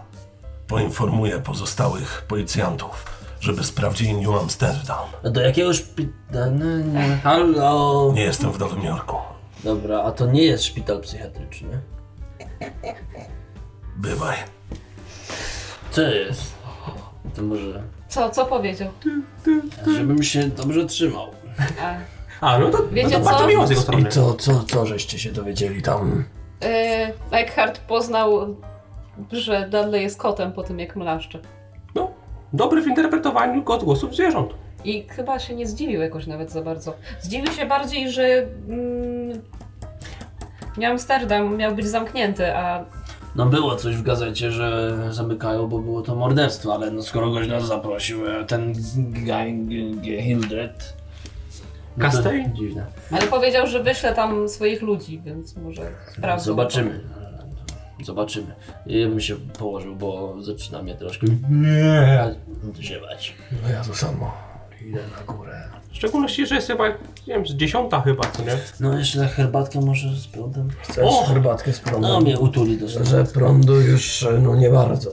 poinformuję pozostałych policjantów, żeby sprawdzili New Amsterdam.
A do jakiego szpitala... no, Halo?
Nie jestem w Nowym Jorku.
Dobra, a to nie jest szpital psychiatryczny.
Bywaj.
Co jest? To może...
Co, co powiedział?
Żebym się dobrze trzymał.
A,
A, no to, no
Wiecie
to bardzo
co?
miło z jego strony.
I co, co, co żeście się dowiedzieli tam?
y, Eckhart poznał, że Dudley jest kotem po tym, jak mlaszczy.
No, dobry w interpretowaniu odgłosów zwierząt.
I chyba się nie zdziwił jakoś nawet za bardzo. Zdziwił się bardziej, że mm, nie Amsterdam miał być zamknięty, a
No było coś w gazecie, że zamykają, bo było to morderstwo, ale no skoro goś nas zaprosił, e, ten gang Hildred... no to
Castell?
Dziwne.
ale powiedział, że wyśle tam swoich ludzi, więc może sprawdzą.
Zobaczymy. Zobaczymy. Ja bym się położył, bo zaczyna mnie troszkę ziewać.
No ja to samo. Idę na górę.
W szczególności, że jest chyba, nie wiem, z dziesiąta chyba, co nie?
No jeszcze na herbatkę może z prądem?
Chcesz
O!
herbatkę z prądu?
No mnie utuli do
Że prądu już e, no nie bardzo.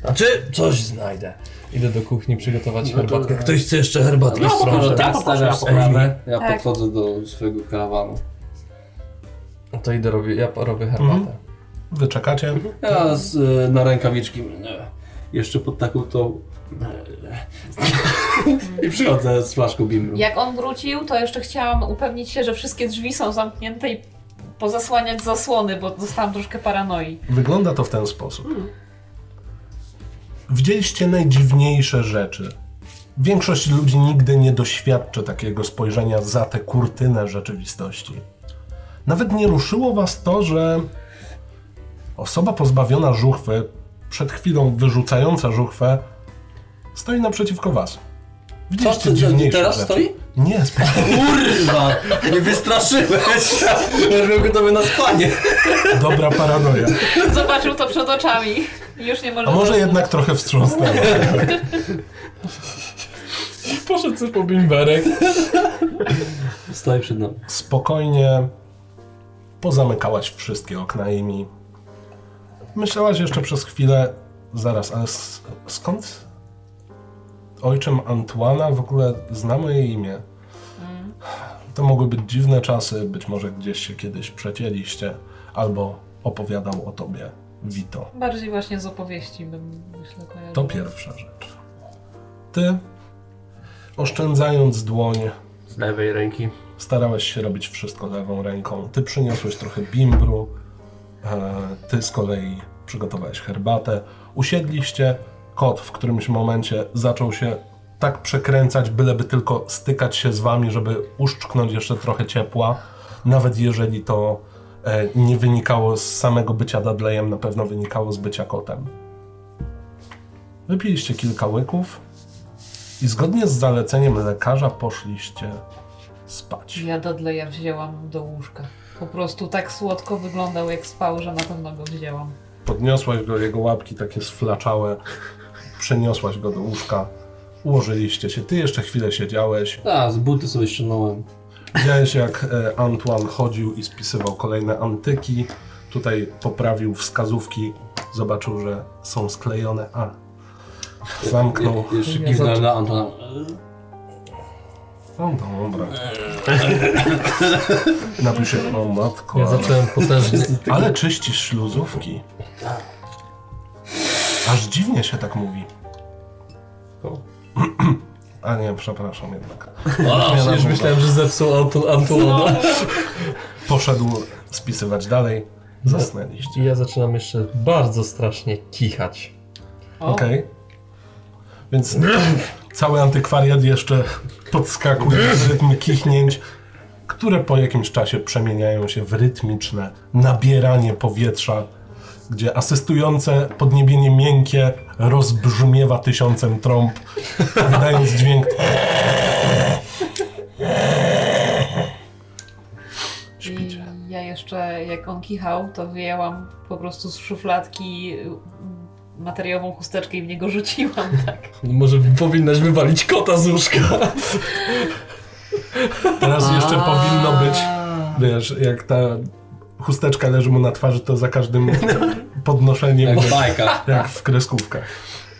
Znaczy, coś znajdę.
Idę do kuchni przygotować
No to,
herbatkę.
ktoś chce jeszcze herbatki
No,
z
bo
prądem?
to tak stawiasz
sprawę.
Ja
Tak.
podchodzę do swojego karawanu.
No to idę robię, ja robię herbatę.
Wy czekacie?
Ja z, e, na rękawiczki. e, Jeszcze pod taką tą. I przychodzę z flaszką bimru.
Jak on wrócił, to jeszcze chciałam upewnić się, że wszystkie drzwi są zamknięte i pozasłaniać zasłony, bo dostałam troszkę paranoi.
Wygląda to w ten sposób. Widzieliście najdziwniejsze rzeczy. Większość ludzi nigdy nie doświadczy takiego spojrzenia za tę kurtynę rzeczywistości. Nawet nie ruszyło was to, że osoba pozbawiona żuchwy, przed chwilą wyrzucająca żuchwę, stoi naprzeciwko was. Widzieliście
ty-
dziwniejsze
teraz
rzeczy.
stoi?
Nie, spokojnie.
Kurwa! Nie wystraszyłeś! Robię gotowy na spanie.
Dobra paranoja.
Zobaczył to przed oczami. i Już nie może.
A może
zasnąć.
jednak trochę wstrząsnęła.
Poszedł sobie po bimberek.
Stoi przed nami.
Spokojnie pozamykałaś wszystkie okna Amy. Myślałaś jeszcze przez chwilę, zaraz, ale s- skąd ojczym Antuana w ogóle zna moje imię? To mogły być dziwne czasy, być może gdzieś się kiedyś przecięliście, albo opowiadał o tobie Vito.
Bardziej właśnie z opowieści bym myślę kojarzyła.
To pierwsza rzecz. Ty, oszczędzając dłoń,
Z lewej ręki.
starałeś się robić wszystko lewą ręką. Ty przyniosłeś trochę bimbru, e, ty z kolei przygotowałeś herbatę. Usiedliście, kot w którymś momencie zaczął się tak przekręcać, byleby tylko stykać się z wami, żeby uszczknąć jeszcze trochę ciepła, nawet jeżeli to e, nie wynikało z samego bycia Dudleyem, na pewno wynikało z bycia kotem. Wypiliście kilka łyków i zgodnie z zaleceniem lekarza poszliście spać.
Ja Dudleya wzięłam do łóżka. Po prostu tak słodko wyglądał jak spał, że na pewno go wzięłam.
Podniosłaś go, jego łapki takie sflaczałe, przeniosłaś go do łóżka, ułożyliście się, ty jeszcze chwilę siedziałeś,
A, z buty sobie ściągnąłem.
widziałeś jak e, Antoine chodził i spisywał kolejne antyki, tutaj poprawił wskazówki, zobaczył, że są sklejone, a zamknął.
Je, jeszcze kiwnę na Antona.
No dobra. Napił się, o matko,
Ja
ale-
zacząłem potężnie.
ale czyścisz śluzówki. Aż dziwnie się tak mówi. A nie, przepraszam jednak.
Ja już myślałem, że zepsuł Antu-
No.
Antuana.
Poszedł spisywać dalej. Zasnęliście.
I ja zaczynam jeszcze bardzo strasznie kichać.
O,
Okej. Więc cały antykwariat jeszcze podskakuje w rytm kichnięć, które po jakimś czasie przemieniają się w rytmiczne nabieranie powietrza, gdzie asystujące podniebienie miękkie rozbrzmiewa tysiącem trąb, wydając dźwięk.
I ja jeszcze, jak on kichał, to wyjęłam po prostu z szufladki y, materiałową chusteczkę i w niego rzuciłam, tak.
Może powinnaś wywalić kota z łóżka.
Teraz jeszcze powinno być, wiesz, jak ta chusteczka leży mu na twarzy, to za każdym podnoszeniem wiesz,
Bajka.
jak w kreskówkach.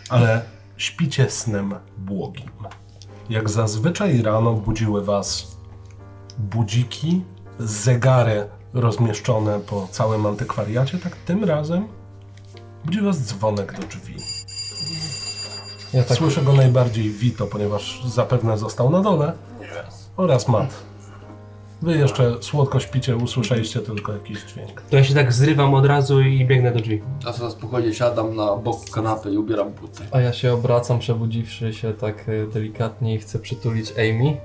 Ale śpicie snem błogim. Jak zazwyczaj rano budziły was budziki, zegary rozmieszczone po całym antykwariacie, tak tym razem budzi was dzwonek do drzwi.
Ja tak
Słyszę go najbardziej Vito, ponieważ zapewne został na dole. Oraz Matt. Wy jeszcze słodko śpicie, usłyszeliście tylko jakiś dźwięk.
To ja się tak zrywam od razu i biegnę do drzwi.
Ja sobie spokojnie siadam na boku kanapy i ubieram buty.
A ja się obracam, przebudziwszy się tak y, delikatnie i chcę przytulić Amy.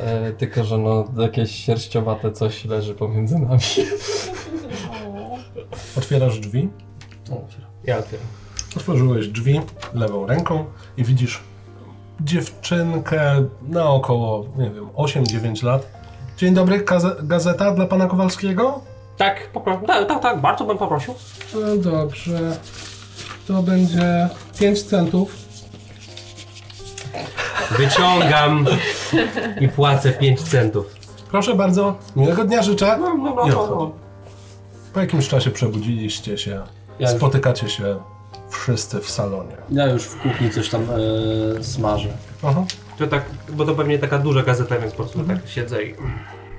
E, tylko, że no jakieś sierściowate coś leży pomiędzy nami.
Otwierasz drzwi?
Ja otwieram.
Otworzyłeś drzwi lewą ręką i widzisz dziewczynkę na około, nie wiem, 8-9 lat. Dzień dobry, kaze- gazeta dla pana Kowalskiego?
Tak, popro- tak, tak, tak, bardzo bym poprosił.
No dobrze. To będzie 5 centów.
Wyciągam i płacę 5 centów.
Proszę bardzo, miłego dnia życzę.
No, no,
I
no,
odchodzę.
no.
Po jakimś czasie przebudziliście się,
Ja już-
spotykacie się wszyscy w salonie.
Ja już w kuchni coś tam e, smażę.
Aha.
To tak, bo to pewnie taka duża gazeta, więc po prostu tak siedzę i...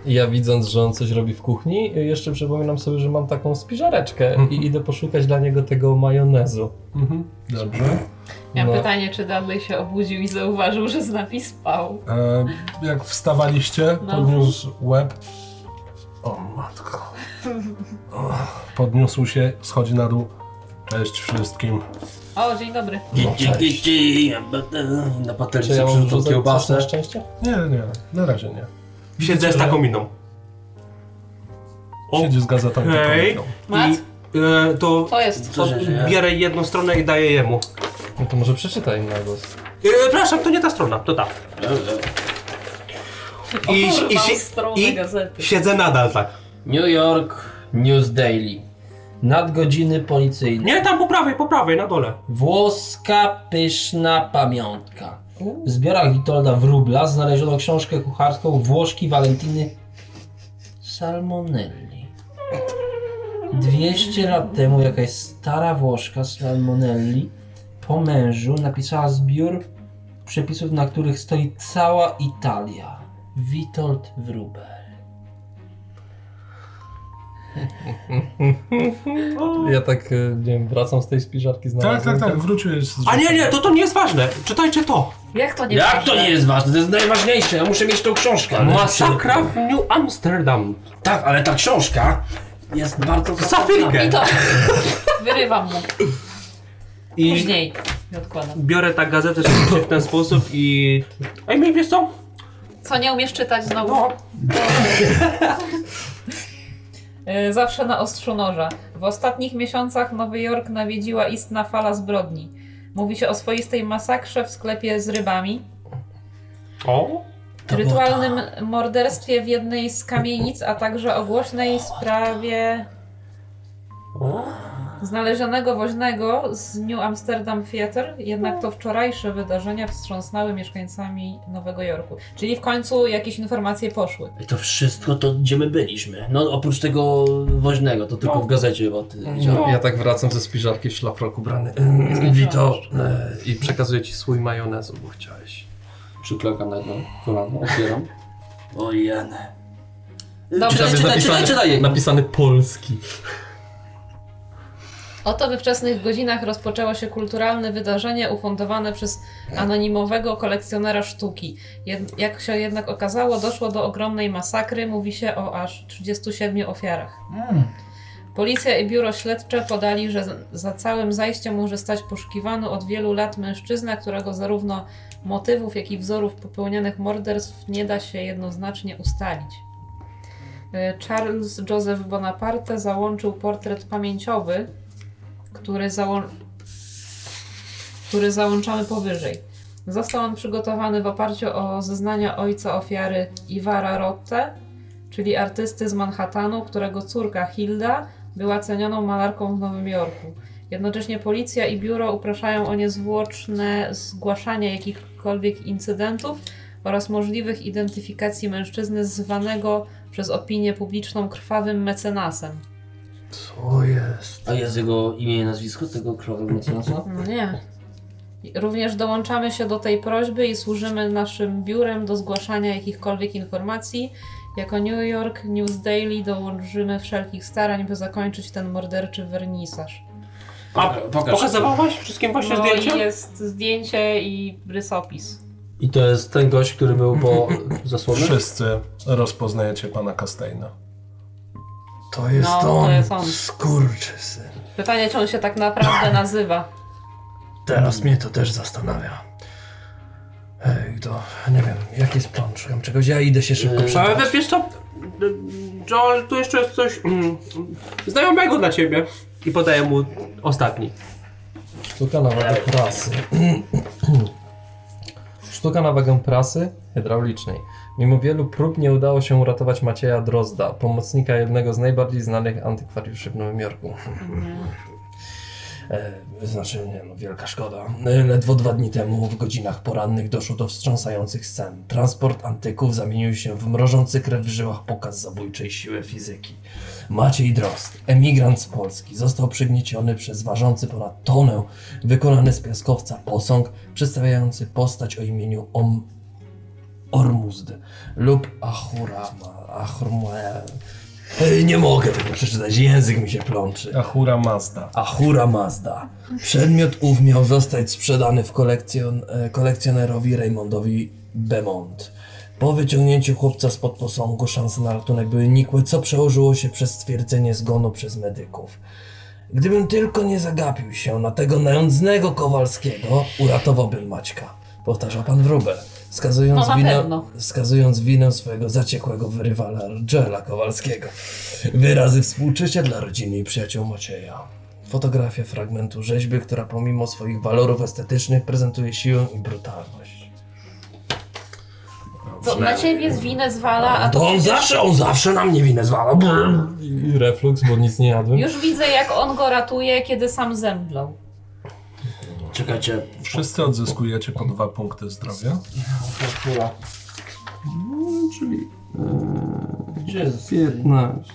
I ja widząc, że on coś robi w kuchni, y, jeszcze przypominam sobie, że mam taką spiżareczkę
Mhm.
i idę poszukać dla niego tego majonezu.
Dobrze.
Miałam
No.
pytanie, czy Dudley się obudził i zauważył, że z nami spał.
E, jak wstawaliście,
No.
podniósł łeb. O matko. O, Podniósł się, schodzi na dół. Cześć wszystkim.
O, dzień dobry.
Gigi, gigi,
Czy
na patelni
ja
sobie
mam
przerzucam
rzucać coś na
kiełbasę.
szczęście?
Nie, nie, na razie nie.
Siedzę z taką miną.
Siedzi z gazetą i
Hej!
tylko
Mat?
I, e, to
To jest.
Co się dzieje?
biorę jedną stronę i daję jemu.
No to może przeczytaj na głos.
E, Przepraszam, to nie ta strona, to ta. I, i,
Mam
si-
stronę
i
gazety.
siedzę nadal tak.
New York News Daily.
Nadgodziny policyjne.
Nie, tam po prawej, po prawej, na dole.
Włoska pyszna pamiątka. W zbiorach Witolda Wróbla znaleziono książkę kucharską Włoszki Walentiny Salmonelli. 200 lat temu jakaś stara Włoszka Salmonelli po mężu napisała zbiór przepisów, na których stoi cała Italia. Witold Wróbel.
Ja tak, e, nie wiem, wracam z tej spiżarki z
Tak, tak, tak, wróciłeś z
A nie, nie, to to nie jest ważne. Czytajcie to.
Jak to nie
Jak
ważne?
to nie jest ważne? To jest najważniejsze. Ja muszę mieć tą książkę.
Masakra w New Amsterdam.
Tak, ale ta książka jest bardzo...
Safirkę.
No, I to. Wyrywam mu.
I
Później. I odkładam.
biorę tak gazetę rzeczywiście w ten sposób i... Ej, mi wiesz co?
Co nie umiesz czytać znowu? E, Zawsze na ostrzu noża. W ostatnich miesiącach Nowy Jork nawiedziła istna fala zbrodni. Mówi się o swoistej masakrze w sklepie z rybami,
O?
rytualnym morderstwie w jednej z kamienic, a także o głośnej sprawie znalezionego woźnego z New Amsterdam Theatre. Jednak to wczorajsze wydarzenia wstrząsnęły mieszkańcami Nowego Jorku. Czyli w końcu jakieś informacje poszły.
To wszystko to, gdzie my byliśmy. No oprócz tego woźnego, to tylko w gazecie chyba ty widziałem.
Ja, ja tak wracam ze spiżarki w szlafroku brany.
Mm,
Wito.
E, I przekazuję ci swój majonezu, bo chciałeś.
Przyklekam na jedno kolano, otwieram.
O jene.
Dobrze,
czytaj, czytaj, czytaj, czytaj.
napisany polski.
Oto we wczesnych godzinach rozpoczęło się kulturalne wydarzenie ufundowane przez anonimowego kolekcjonera sztuki. Jed jak się jednak okazało, doszło do ogromnej masakry, mówi się o aż 37 ofiarach. Policja i biuro śledcze podali, że z- za całym zajściem może stać poszukiwany od wielu lat mężczyzna, którego zarówno motywów, jak i wzorów popełnianych morderstw nie da się jednoznacznie ustalić. E, Charles Joseph Bonaparte załączył portret pamięciowy który, załą- który załączamy powyżej. Został on przygotowany w oparciu o zeznania ojca ofiary Iwara Rotte, czyli artysty z Manhattanu, którego córka Hilda była cenioną malarką w Nowym Jorku. Jednocześnie policja i biuro upraszają o niezwłoczne zgłaszanie jakichkolwiek incydentów oraz możliwych identyfikacji mężczyzny zwanego przez opinię publiczną krwawym mecenasem.
Co jest?
A jest jego imię i nazwisko tego królowego mecenasa?
No nie. Również dołączamy się do tej prośby i służymy naszym biurem do zgłaszania jakichkolwiek informacji. Jako New York News Daily dołączymy wszelkich starań, by zakończyć ten morderczy wernisaż.
A
Pokaż.
pokazywałaś wszystkim właśnie
No i
zdjęcie?
jest zdjęcie i rysopis.
I to jest ten gość, który był po zasłonie?
Wszyscy rozpoznajecie pana Kasteina.
To jest
No, to
on.
jest on.
Skurczysyn.
Pytanie, czy on się tak naprawdę nazywa?
Teraz
Mm.
mnie to też zastanawia. Ej, to nie wiem, jaki jest plan? Szukam czegoś, ja idę się
E,
szybko
Ale
przebrać.
we- wiesz co? Joel, tu jeszcze jest coś mm, znajomego dla ciebie. I podaję mu ostatni.
Sztuka na wagę prasy. Sztuka na wagę prasy hydraulicznej. Mimo wielu prób nie udało się uratować Macieja Drozda, pomocnika jednego z najbardziej znanych antykwariuszy w Nowym Jorku.
E, znaczy, nie no, wielka szkoda. E, Ledwo dwa dni temu w godzinach porannych doszło do wstrząsających scen. Transport antyków zamienił się w mrożący krew w żyłach pokaz zabójczej siły fizyki. Maciej Drozd, emigrant z Polski, został przygnieciony przez ważący ponad tonę wykonany z piaskowca posąg przedstawiający postać o imieniu Om Ormuzd lub Ahurama, Ahurmue. E, Nie mogę tego przeczytać, język mi się plączy.
Ahura Mazda.
Ahura Mazda. Przedmiot ów miał zostać sprzedany w kolekcjon, e, kolekcjonerowi Raymondowi Bemont. Po wyciągnięciu chłopca spod posągu szanse na ratunek były nikłe, co przełożyło się przez stwierdzenie zgonu przez medyków. Gdybym tylko nie zagapił się na tego nędznego Kowalskiego, uratowałbym Maćka. Powtarza pan Wróbel, wskazując,
No, na
winę,
pewno.
wskazując winę swojego zaciekłego wyrywala Joela Kowalskiego. Wyrazy współczucia dla rodziny i przyjaciół Macieja. Fotografia fragmentu rzeźby, która pomimo swoich walorów estetycznych prezentuje siłę i brutalność.
Co, na ciebie z winę zwala, a
To
to
on zawsze, on zawsze na mnie winę zwala. Brrr.
I reflux, bo nic nie jadłem.
już widzę jak on go ratuje, kiedy sam zemdlał.
Czekajcie,
Wszyscy odzyskujecie po dwa punkty zdrowia.
która?
Czyli
no, e, Gdzie jest?
15.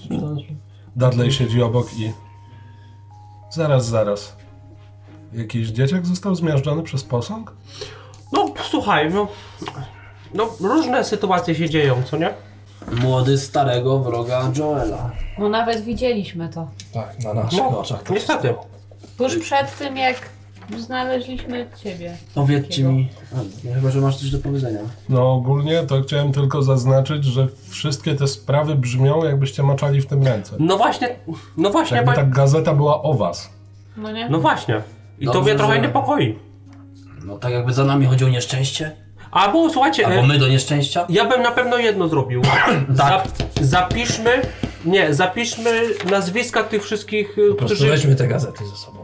Dudley siedzi obok i... Zaraz, zaraz. Jakiś dzieciak został zmiażdżony przez posąg?
No słuchaj, no, no różne sytuacje się dzieją, co nie?
Młody starego wroga Joela.
No nawet widzieliśmy to.
Tak, na naszych
No,
oczach. to
niestety.
Tuż przed tym jak znaleźliśmy ciebie.
Powiedzcie
Jakiego?
mi, a, chyba że masz coś do powiedzenia.
No ogólnie to chciałem tylko zaznaczyć, że wszystkie te sprawy brzmią jakbyście maczali w tym ręce.
No właśnie, no właśnie,
Jakby
pa-
tak gazeta była o was.
No nie?
no właśnie. I to
Dobrze,
mnie trochę
że-
niepokoi.
No tak jakby za nami chodziło nieszczęście,
Albo słuchajcie,
albo
e,
my do nieszczęścia.
ja bym na pewno jedno zrobił.
Tak.
Zap- zapiszmy, nie, zapiszmy nazwiska tych wszystkich, e,
Po prostu
którzy...
weźmy te gazety ze sobą.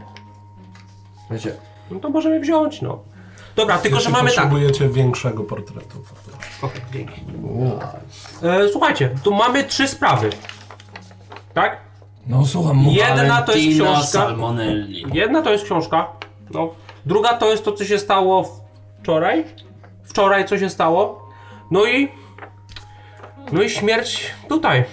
Wiecie,
No to możemy wziąć, no. Dobra, tylko że
Jeśli
mamy tak.
potrzebujecie większego portretu.
Okej, dzięki. E, słuchajcie, tu mamy trzy sprawy. Tak?
No słucham, mów.
Jedna to jest
Valentina
książka.
Salmonelli.
Jedna to jest książka. No. Druga to jest to, co się stało wczoraj. Wczoraj, co się stało. No i. No i śmierć tutaj.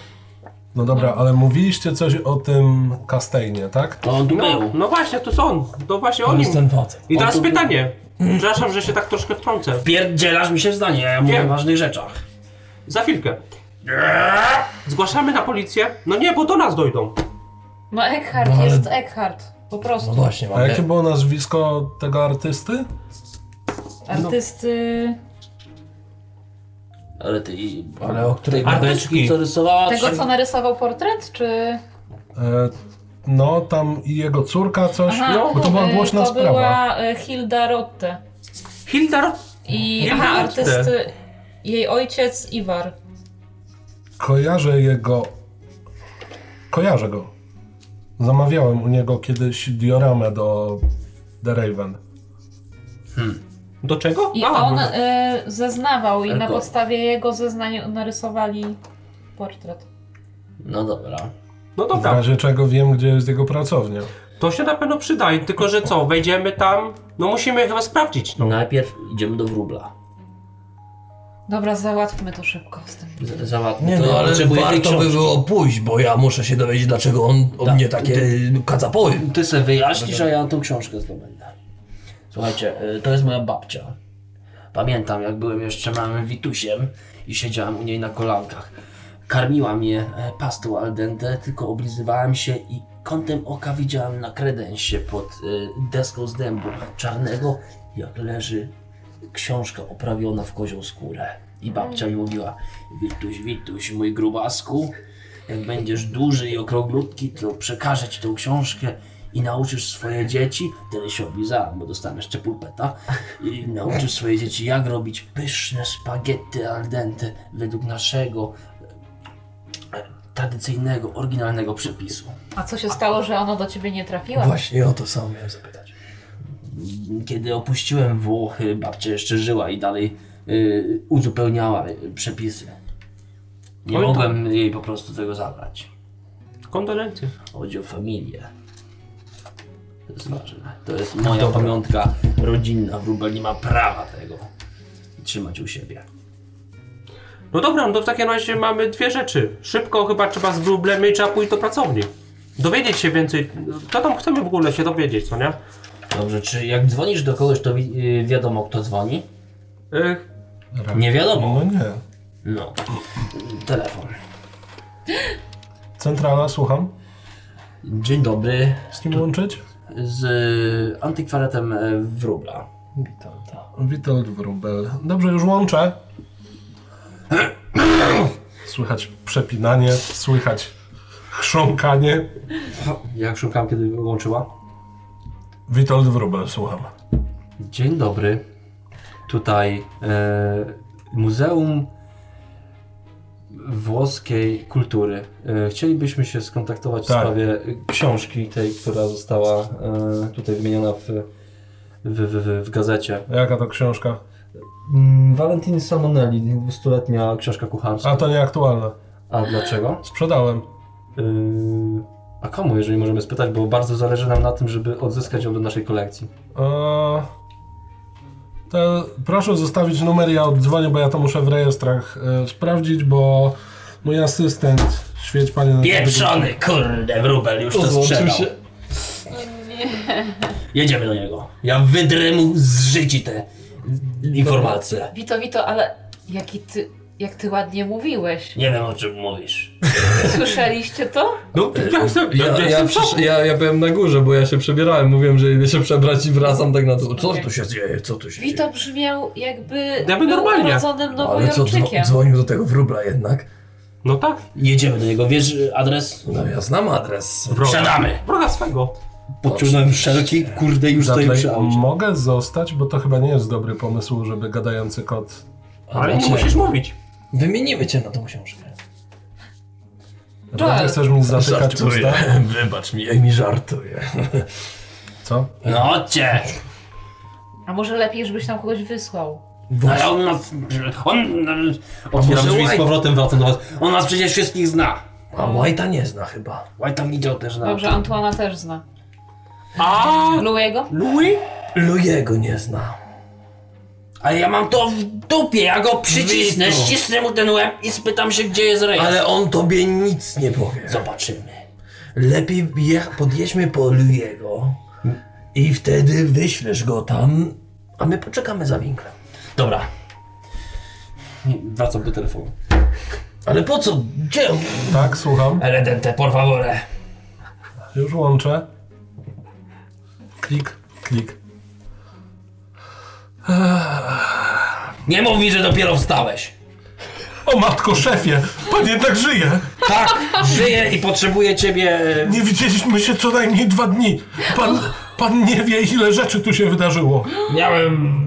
No dobra, ale mówiliście coś o tym Kastejnie, tak?
To on tu
No,
był.
no właśnie, to są. To właśnie
To
oni.
jest ten facet.
I teraz
On tu był.
pytanie. Przepraszam, że się tak troszkę wtrącę.
Pierdzielasz mi się w zdanie, ja mówię
Wiem.
o ważnych rzeczach.
Za chwilkę. Zgłaszamy na policję. No nie, bo do nas dojdą.
No Eckhart
No ale-
jest Eckhart. Po
No
prostu.
właśnie,
A
mam
jakie
jakie...
było nazwisko tego artysty?
Artysty
Ale ty...
Ale o której...
tej
Artystki.
babeczki, co rysowała...
tego
czy-
co narysował portret, czy...
E, no, tam i jego córka coś. no,
Aha,
bo to była
y,
głośna
to
sprawa.
była y, Hilda Rotte.
Hildar.
I
Hilda
aha,
Rotte.
artysty, jej ojciec Iwar.
Kojarzę jego. Kojarzę go. Zamawiałem u niego kiedyś dioramę do The Raven.
Do czego?
I
A, no.
on y, zeznawał i na
Ergo.
podstawie jego zeznań narysowali portret.
No dobra.
No
W
dobra.
razie czego wiem, gdzie jest jego pracownia.
To się na pewno przyda, i tylko że co, wejdziemy tam. No musimy chyba sprawdzić. No.
Najpierw idziemy do wróbla.
Dobra, załatwmy to szybko z tym.
Z- Załatwmy
Nie
to,
no, ale
potrzebuję tej
warto by
książki.
było pójść, bo ja muszę się dowiedzieć, dlaczego on o
Tak.
mnie takie kacapoły.
Ty se wyjaśnisz, a ja tą książkę zdobędę. Słuchajcie, y, to jest moja babcia. Pamiętam, jak byłem jeszcze małym witusiem i siedziałem u niej na kolankach. Karmiła mnie e, pastą al dente, tylko oblizywałem się i kątem oka widziałem na kredensie pod y, deską z dębu czarnego, jak leży książka oprawiona w kozią skórę. I babcia mi mówiła, Wituś, Wituś, mój grubasku, jak będziesz duży i okrąglutki, to przekażę ci tą książkę i nauczysz swoje dzieci, tyle się oblizałem, bo dostałem jeszcze pulpeta, i nauczysz swoje dzieci, jak robić pyszne spaghetti al dente według naszego e, tradycyjnego, oryginalnego przepisu.
A co się stało, że ono do ciebie nie trafiło?
Właśnie o to samo miałem zapytać.
Kiedy opuściłem Włochy, babcia jeszcze żyła i dalej y, uzupełniała y, przepisy. Nie
Oj, to-
mogłem jej po prostu tego zabrać.
Kondolencje.
Chodzi o familię. To jest ważne. To jest moja pamiątka rodzinna. Wróbel nie ma prawa tego trzymać u siebie.
No dobra, no to w takim razie mamy dwie rzeczy. Szybko chyba trzeba z wróblem i trzeba pójść do pracowni. Dowiedzieć się więcej, co tam chcemy w ogóle się dowiedzieć, co nie?
Dobrze, czy jak dzwonisz do kogoś, to wi- y, wiadomo kto dzwoni?
Yy,
Nie wiadomo.
No nie.
No. Telefon.
Centrala, słucham.
Dzień dobry
Z kim łączyć?
z y, antykwariatem e, Wróbla.
Witam, tak.
Witold Wrubel. Dobrze, już łączę. Słychać przepinanie, słychać chrząkanie.
Jak szukam, kiedy łączyła?
Witold Wrubel, słucham.
Dzień dobry. Tutaj e, Muzeum
włoskiej kultury. E, Chcielibyśmy się skontaktować
Tak.
w sprawie e, książki tej, która została e, tutaj wymieniona w, w, w, w, w gazecie.
Jaka to książka?
Mm, Valentini Samonelli, 200-letnia książka kucharska.
A to nieaktualne.
A dlaczego?
Sprzedałem.
Yy, a komu, jeżeli możemy spytać, bo bardzo zależy nam na tym, żeby odzyskać ją do naszej kolekcji.
Eee, to proszę zostawić numer, ja oddzwonię, bo ja to muszę w rejestrach e, sprawdzić, bo mój asystent, świeć panie... na-
Pieprzony, kurde, wróbel już to sprzedał. Jedziemy do niego. Ja wydrę mu z życi te informacje.
Wito, Wito, ale jaki ty, jak ty ładnie mówiłeś.
Nie wiem o czym mówisz.
Słyszeliście to?
No, ja jestem, ja,
Ja, ja,
jestem w
przecież-
szoku.
ja, ja byłem na górze, bo ja się przebierałem. Mówiłem, że idę się przebrać i wracam tak na to. Co tu się dzieje? Co tu się dzieje?
Wito brzmiał jakby
Ja
był
bym normalnie.
urodzonym
No, Ale co, dzwo-
Nowojorczykiem.
dzwonił do tego wróbla jednak.
No tak,
Jedziemy do niego. Wiesz y, adres?
No ja znam adres.
wroga.
Siadamy.
Wroga swego.
Podciągnąłem szelki, kurde, już stoi
Dudley,
przy aucie.
mogę zostać, bo to chyba nie jest dobry pomysł, żeby gadający kot...
Ale nie musisz mówić.
Wymienimy cię na tą książkę.
Tak.
Naprawdę chcesz mi zatykać usta?
Żartuję. Wybacz mi, mi żartuję.
Co?
No chodźcie.
A może lepiej, żebyś tam kogoś wysłał?
Ale on nas... On... Otwieram
może
drzwi z
White?
powrotem, wracam do was. On nas przecież wszystkich zna.
A White'a nie zna chyba.
White widział też na
Dobrze, Antuana też zna.
A
Luego?
Louis?
Lujego nie zna.
Ale ja mam to w dupie, ja go przycisnę,
Witu.
ścisnę mu ten łeb i spytam się, gdzie jest rejestr.
Ale on tobie nic nie powie.
Zobaczymy.
Lepiej jech, podjedźmy po Lujego i wtedy wyślesz go tam, a my poczekamy za winklem.
Dobra. Nie, Wracam do telefonu.
Ale po co? Gdzie?
Tak, słucham.
Redente, por favore.
Już łączę. Klik, klik.
Nie mów mi, że dopiero wstałeś.
O matko, szefie! Pan jednak żyje!
Tak, żyję i potrzebuję ciebie. e,
Nie widzieliśmy się co najmniej dwa dni. Pan, pan nie wie, ile rzeczy tu się wydarzyło.
Miałem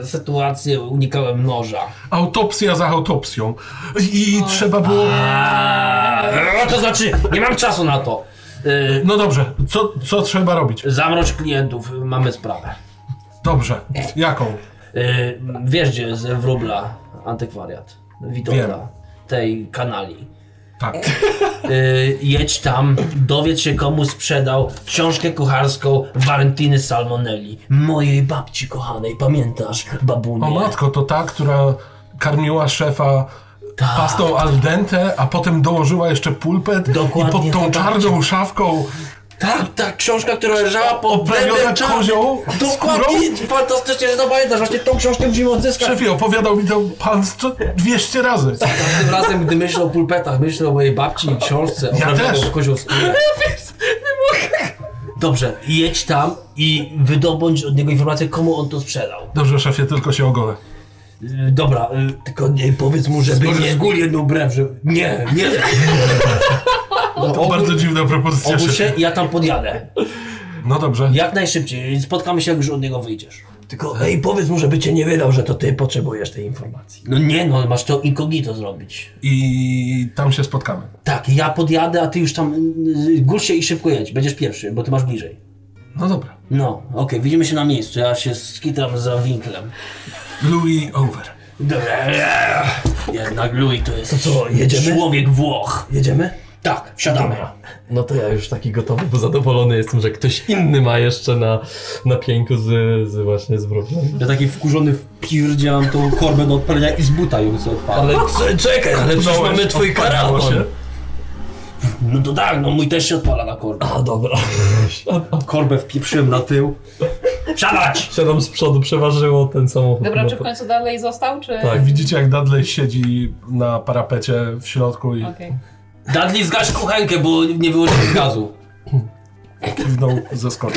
e, sytuację, unikałem noża.
Autopsja za autopsją. I, i trzeba było.
A, no to znaczy, nie mam czasu na to. E,
No dobrze, co, co trzeba robić?
Zamrocz klientów, mamy sprawę.
Dobrze. Jaką?
E, Wiesz, gdzie jest wróbla antykwariat?
Wiem.
Witolda. Tej kanali.
Tak.
Y, jedź tam, dowiedz się komu sprzedał książkę kucharską Valentiny Salmonelli. Mojej babci kochanej, pamiętasz, babunię?
O matko, to ta, która karmiła szefa.
Tak.
Pastą al dente, a potem dołożyła jeszcze pulpet
Dokładnie
i pod tą
to
czarną szafką
Tak, ta książka, która leżała pod
oprawiona
drewnem czarnym.
kozią skórą.
Dokładnie, fantastycznie, że to pamiętasz, właśnie tą książkę musimy odzyskać.
Szefie, opowiadał mi to pan co 200 razy.
Każdym razem, gdy myślę o pulpetach, myślę o mojej babci i książce.
Ja
oprawianej
też.
w kozią skórę. Dobrze, jedź tam i wydobądź od niego informację, komu on to sprzedał.
Dobrze, szefie, tylko się ogolę.
Y, Dobra, y, tylko nie powiedz mu, żeby nie... Zgul jedną brew, że... Nie, nie.
To bardzo dziwna propozycja.
Obudź
szefie.
się i ja tam podjadę.
No dobrze.
Jak najszybciej. Spotkamy się, jak już od niego wyjdziesz.
Tylko hej, powiedz mu, żeby cię nie wydał, że to ty potrzebujesz tej informacji.
No nie no, masz to incognito zrobić.
I tam się spotkamy.
Tak, ja podjadę, a ty już tam... y, Gul się i szybko jedź. Będziesz pierwszy, bo ty masz bliżej.
No dobra.
No, okej, widzimy się na miejscu. Ja się skitram za winklem.
Louis over.
Dobra. eee. Jednak Louis to jest... To
co, jedziemy?
Człowiek Włoch.
Jedziemy?
Tak, wsiadamy.
No to ja już taki gotowy, bo zadowolony jestem, że ktoś inny ma jeszcze na, na pięku z, z właśnie z wróblem.
Ja taki wkurzony wpierdziałam tą korbę do odpalenia i z buta ją sobie odpalam.
Ale c- czekaj, ale przecież
Udałeś,
mamy twój
odpadało
karawan.
się.
No to tak, no mój też się odpala na kordę.
A dobra.
Korbę wpieprzyłem na tył.
Wsiadać!
Siadam z przodu, przeważyło ten samochód.
Dobra,
No
czy w
to-
końcu dalej został, czy...
Tak.
Widzicie, jak Dudley siedzi na parapecie w środku i
Okej.
Dudley, zgaś kuchenkę, bo nie wyłożyłem gazu.
kiwnął ze skoku.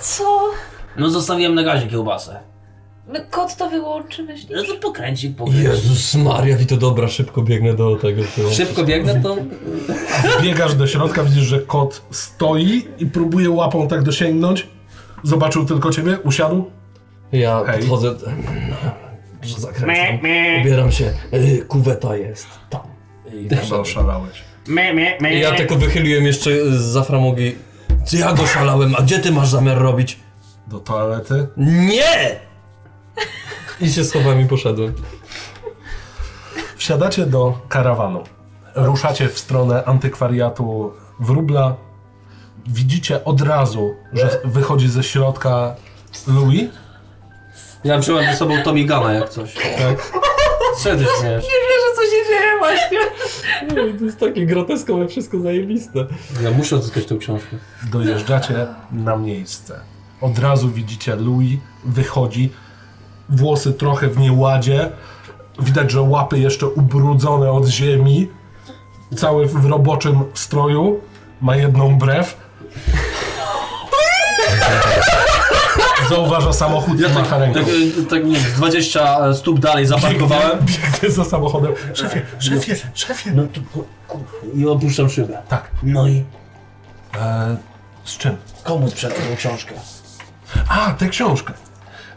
Co?
No zostawiłem na gazie kiełbasę.
No, Kot to wyłączy, myślisz?
No to pokręci, pokręci.
Jezus Maria, Wito, dobra, szybko biegnę do tego. tyłu.
Szybko biegnę, to
Biegasz do środka, widzisz, że kot stoi i próbuje łapą tak dosięgnąć. Zobaczył tylko ciebie, usiadł.
Ja
Hej.
podchodzę, No, że zakręcam, ubieram się, y, kuweta jest tam.
I
Chyba oszalałeś.
Me, me, me.
I ja tylko wychyliłem jeszcze z za framugi. Ty ja go szalałem, a gdzie ty masz zamiar robić?
Do toalety?
Nie!
I się schowałem i poszedłem.
Wsiadacie do karawanu. Ruszacie w stronę antykwariatu wróbla. Widzicie od razu, że wychodzi ze środka Louis.
Ja wziąłem ze sobą Tommy Gama jak coś.
Tak.
Co ty śmiesz?
że co się dzieje właśnie.
To jest takie groteskowe, wszystko zajebiste.
Ja muszę odzyskać tą książkę.
Dojeżdżacie na miejsce. Od razu widzicie Louis, wychodzi, włosy trochę w nieładzie, widać, że łapy jeszcze ubrudzone od ziemi, cały w roboczym stroju, ma jedną brew. Zauważa samochód i macha ręką.
Tak, e, tak nie wiem, 20 stóp dalej zaparkowałem.
Biegnie za samochodem. Szefie, szefie, szefie.
No to ku- ku- i opuszczam szybę.
Tak.
No i
E, z czym?
komu sprzedał tą książkę?
A, tę książkę.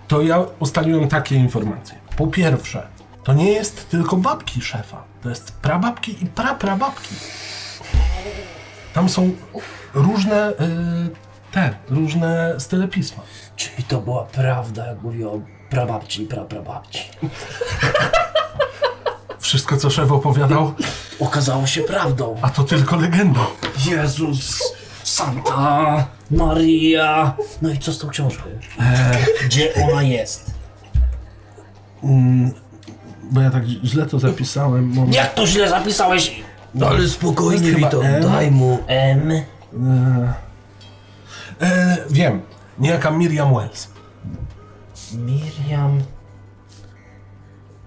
To ja ustaliłem takie informacje. Po pierwsze, to nie jest tylko babki szefa. To jest prababki i praprababki. Tam są różne y, te, różne style pisma.
Czyli to była prawda, jak mówił o prababci i praprababci.
Wszystko, co szef opowiadał,
Okazało się prawdą.
a to tylko legenda.
Jezus, Santa, Maria. No i co z tą książką?
E.
Gdzie ona jest?
Bo ja tak źle to zapisałem. Moment.
Jak to źle zapisałeś?
No ale spokojnie,
Chyba
Wito,
M.
daj mu.
M.
E, wiem. Niejaka Miriam Wells.
Miriam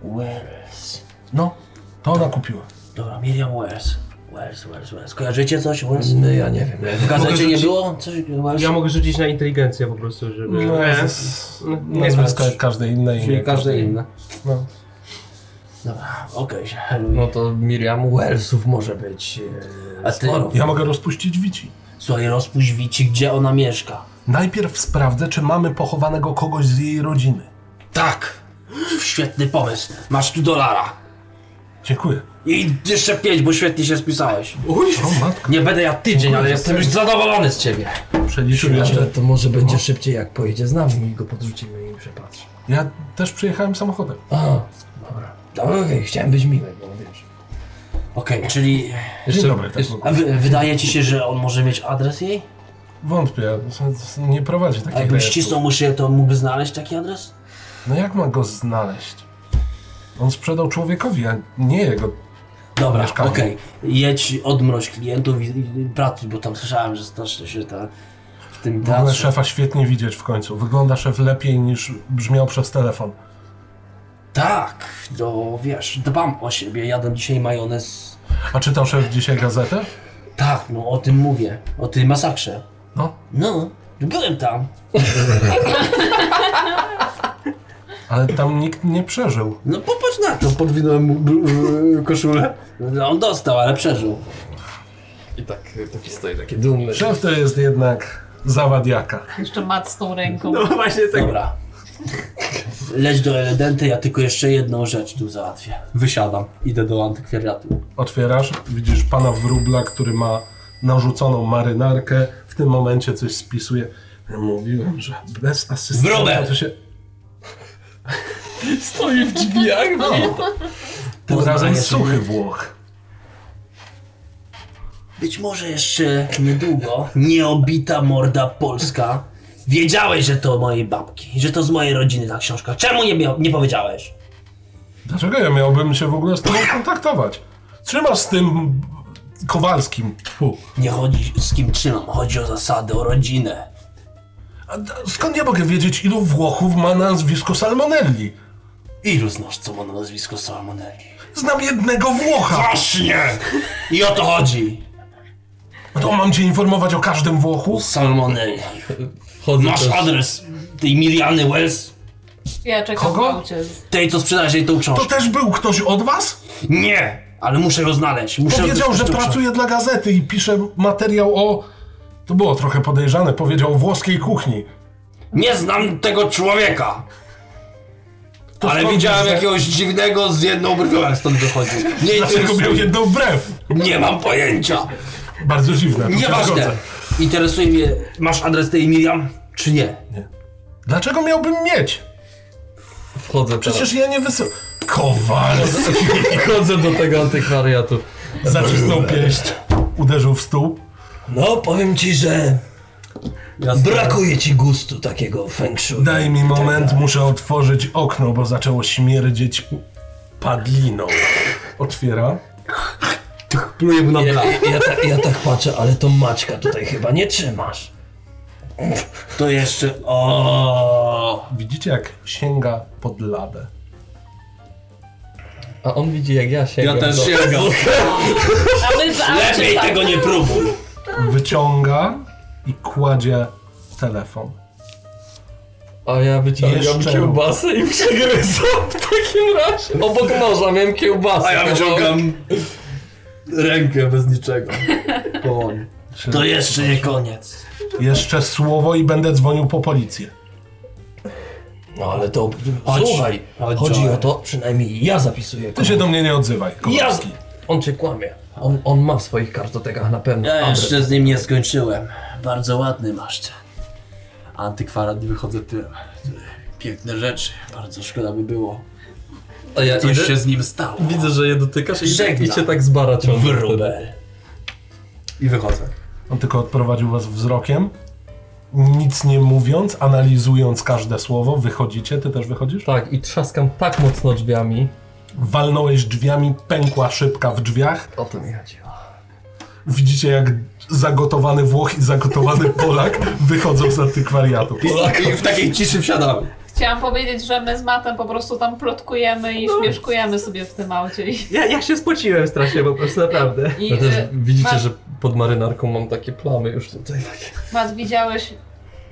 Wells.
No, to ona kupiła.
Dobra, Miriam Wells. Wells, Wells, Wells. Kojarzycie coś, Wells?
No ja nie wiem.
W gazecie nie było? Coś, Wells?
Ja mogę rzucić na inteligencję po prostu, żeby...
No,
E,
z-
nie
nazwisko jak każde inne. imię.
każde inne.
Dobra, okej,
No
okay,
to Miriam Wells.
Elsów może być
A
e,
ty-
sporo.
Ja mogę rozpuścić wici.
Słuchaj, rozpuść Wici, gdzie ona mieszka.
Najpierw sprawdzę, czy mamy pochowanego kogoś z jej rodziny.
Tak! Świetny pomysł. Masz tu dolara.
Dziękuję.
I jeszcze pięć, bo świetnie się spisałeś.
O matko,
Nie będę ja tydzień, ale jestem już zadowolony z ciebie.
przeliczyłem.
Ale to może będzie szybciej jak pojedzie z nami i go podrzucimy i przepatrzy.
Ja też przyjechałem samochodem.
A, dobra. Dobra, okej, chciałem być miły, bo wiesz.
Okej, czyli
Dzień dobry. Tak.
a wy, wydaje ci się, że on może mieć adres jej?
Wątpię, nie prowadzi
A
takiego
jakbym ścisnął mu się, to mógłby znaleźć taki adres?
No jak ma go znaleźć? On sprzedał człowiekowi, a nie jego.
Dobra,
Mieszkanie.
okej. Jedź, odmroź klientów i, i pracuj, bo tam słyszałem, że strasznie się ta w tym
W ogóle
teatrze.
szefa świetnie widzieć w końcu. Wygląda szef lepiej niż brzmiał przez telefon.
Tak, no wiesz, dbam o siebie, jadłem dzisiaj majonez.
A czytał szef dzisiaj gazetę?
Tak, no o tym mówię, o tym masakrze.
No,
No, byłem tam.
ale tam nikt nie przeżył.
No popatrz na to.
Podwinąłem mu br- br- koszulę.
No, on dostał, ale przeżył.
I tak, e, taki stoi, taki dumny.
Szef to jest jednak zawadiaka.
Jeszcze mat z tą ręką.
No właśnie tak.
Dobra. Leć do Eledenty, ja tylko jeszcze jedną rzecz tu załatwię.
Wysiadam. Idę do antykwariatu.
Otwierasz, widzisz pana wróbla, który ma narzuconą marynarkę. W tym momencie coś spisuje. Ja mówiłem, że bez asystenta
Wróbel!
to się...
Stoi w drzwiach, no.
Tym razem
Poznaję
suchy Włoch.
Być może jeszcze niedługo nieobita morda polska. Wiedziałeś, że to mojej babki, że to z mojej rodziny ta książka. Czemu nie, mia- nie powiedziałeś?
Dlaczego ja miałbym się w ogóle z tobą kontaktować? Trzymasz z tym Kowalskim. Tfu.
Nie chodzi z kim trzymam, chodzi o zasady, o rodzinę.
A d- skąd ja mogę wiedzieć, ilu Włochów ma nazwisko Salmonelli?
Ilu znasz, co ma na nazwisko Salmonelli?
Znam jednego Włocha.
Właśnie! I o to chodzi!
To mam cię informować o każdym Włochu?
Salmonelli.
Chodzę
Masz
też.
adres tej Miriany Wells?
Ja czekam
Kogo?
w aucie.
Tej, co sprzedałeś jej tą
To
książkę.
też był ktoś od was?
Nie! Ale muszę ją znaleźć. Muszę
Powiedział,
odzyskać
że
tą książkę.
pracuje dla gazety i pisze materiał o. To było trochę podejrzane, powiedział o włoskiej kuchni.
Nie znam tego człowieka!
To
Ale
skąd
widziałem
wiesz, że-
jakiegoś dziwnego z jedną brwią, jak stąd wychodził. Nie
Dlaczego miał
interesuje.
jedną brew?
Nie mam pojęcia.
Bardzo dziwne. tu się
Nieważne.
zgodzę.
Interesuje mnie, masz adres tej Miriam, czy nie?
Dlaczego miałbym mieć?
Wchodzę teraz.
Przecież ja nie wysyłam. Kowalski
Wchodzę do tego antykwariatu.
zacisnął pieść, uderzył w stół.
No, powiem ci, że brakuje ci gustu takiego feng shui.
Daj mi moment, muszę otworzyć okno, bo zaczęło śmierdzieć padliną. Otwiera.
Pluję mu na
Ja, ja, ta, ja tak patrzę, ale to Maćka tutaj chyba nie trzymasz.
To jeszcze. O.
Widzicie, jak sięga pod ladę.
A on widzi jak ja sięgam.
Ja też
do-
sięgam.
A my w
Lepiej
aucie, tak.
tego nie próbuj.
Wyciąga i kładzie telefon.
A ja wyciągam
Jeszcze.
kiełbasę i przegryzam w takim razie. Obok noża miałem kiełbasę.
A ja
kawałek.
wyciągam rękę bez niczego. Połoń.
To jeszcze nie koniec.
Jeszcze słowo i będę dzwonił po policję.
No ale to.
Chodź.
słuchaj,
Chodź,
chodzi
Joel.
o to, przynajmniej ja zapisuję.
Ty się do mnie nie odzywaj,
ja...
Kowalski.
On cię kłamie. On, on ma w swoich kartotekach na pewno.
Ja
adres.
jeszcze z nim nie skończyłem. Bardzo ładny masz ten. Antykwarat nie wychodzę tyłem. Piękne rzeczy. Bardzo szkoda by było.
A ja
Coś
idę,
się z nim stało.
widzę, że je dotykasz i,
Żegna.
i cię tak z bara ciągnie wtedy.
I wychodzę.
On tylko odprowadził was wzrokiem. Nic nie mówiąc, analizując każde słowo, wychodzicie, ty też wychodzisz?
Tak, i trzaskam tak mocno drzwiami.
Walnąłeś drzwiami, pękła szybka w drzwiach.
O to mi chodziło.
Widzicie, jak zagotowany Włoch i zagotowany Polak wychodzą z antykwariatu.
Tak.
I, I w takiej ciszy wsiadam.
Chciałam powiedzieć, że my z Matem po prostu tam plotkujemy i śmieszkujemy sobie w tym aucie. I,
Ja, ja się spociłem strasznie po prostu, naprawdę.
i,
Ja też
y,
widzicie,
ma-
że pod marynarką mam takie plamy już tutaj.
Mat, widziałeś,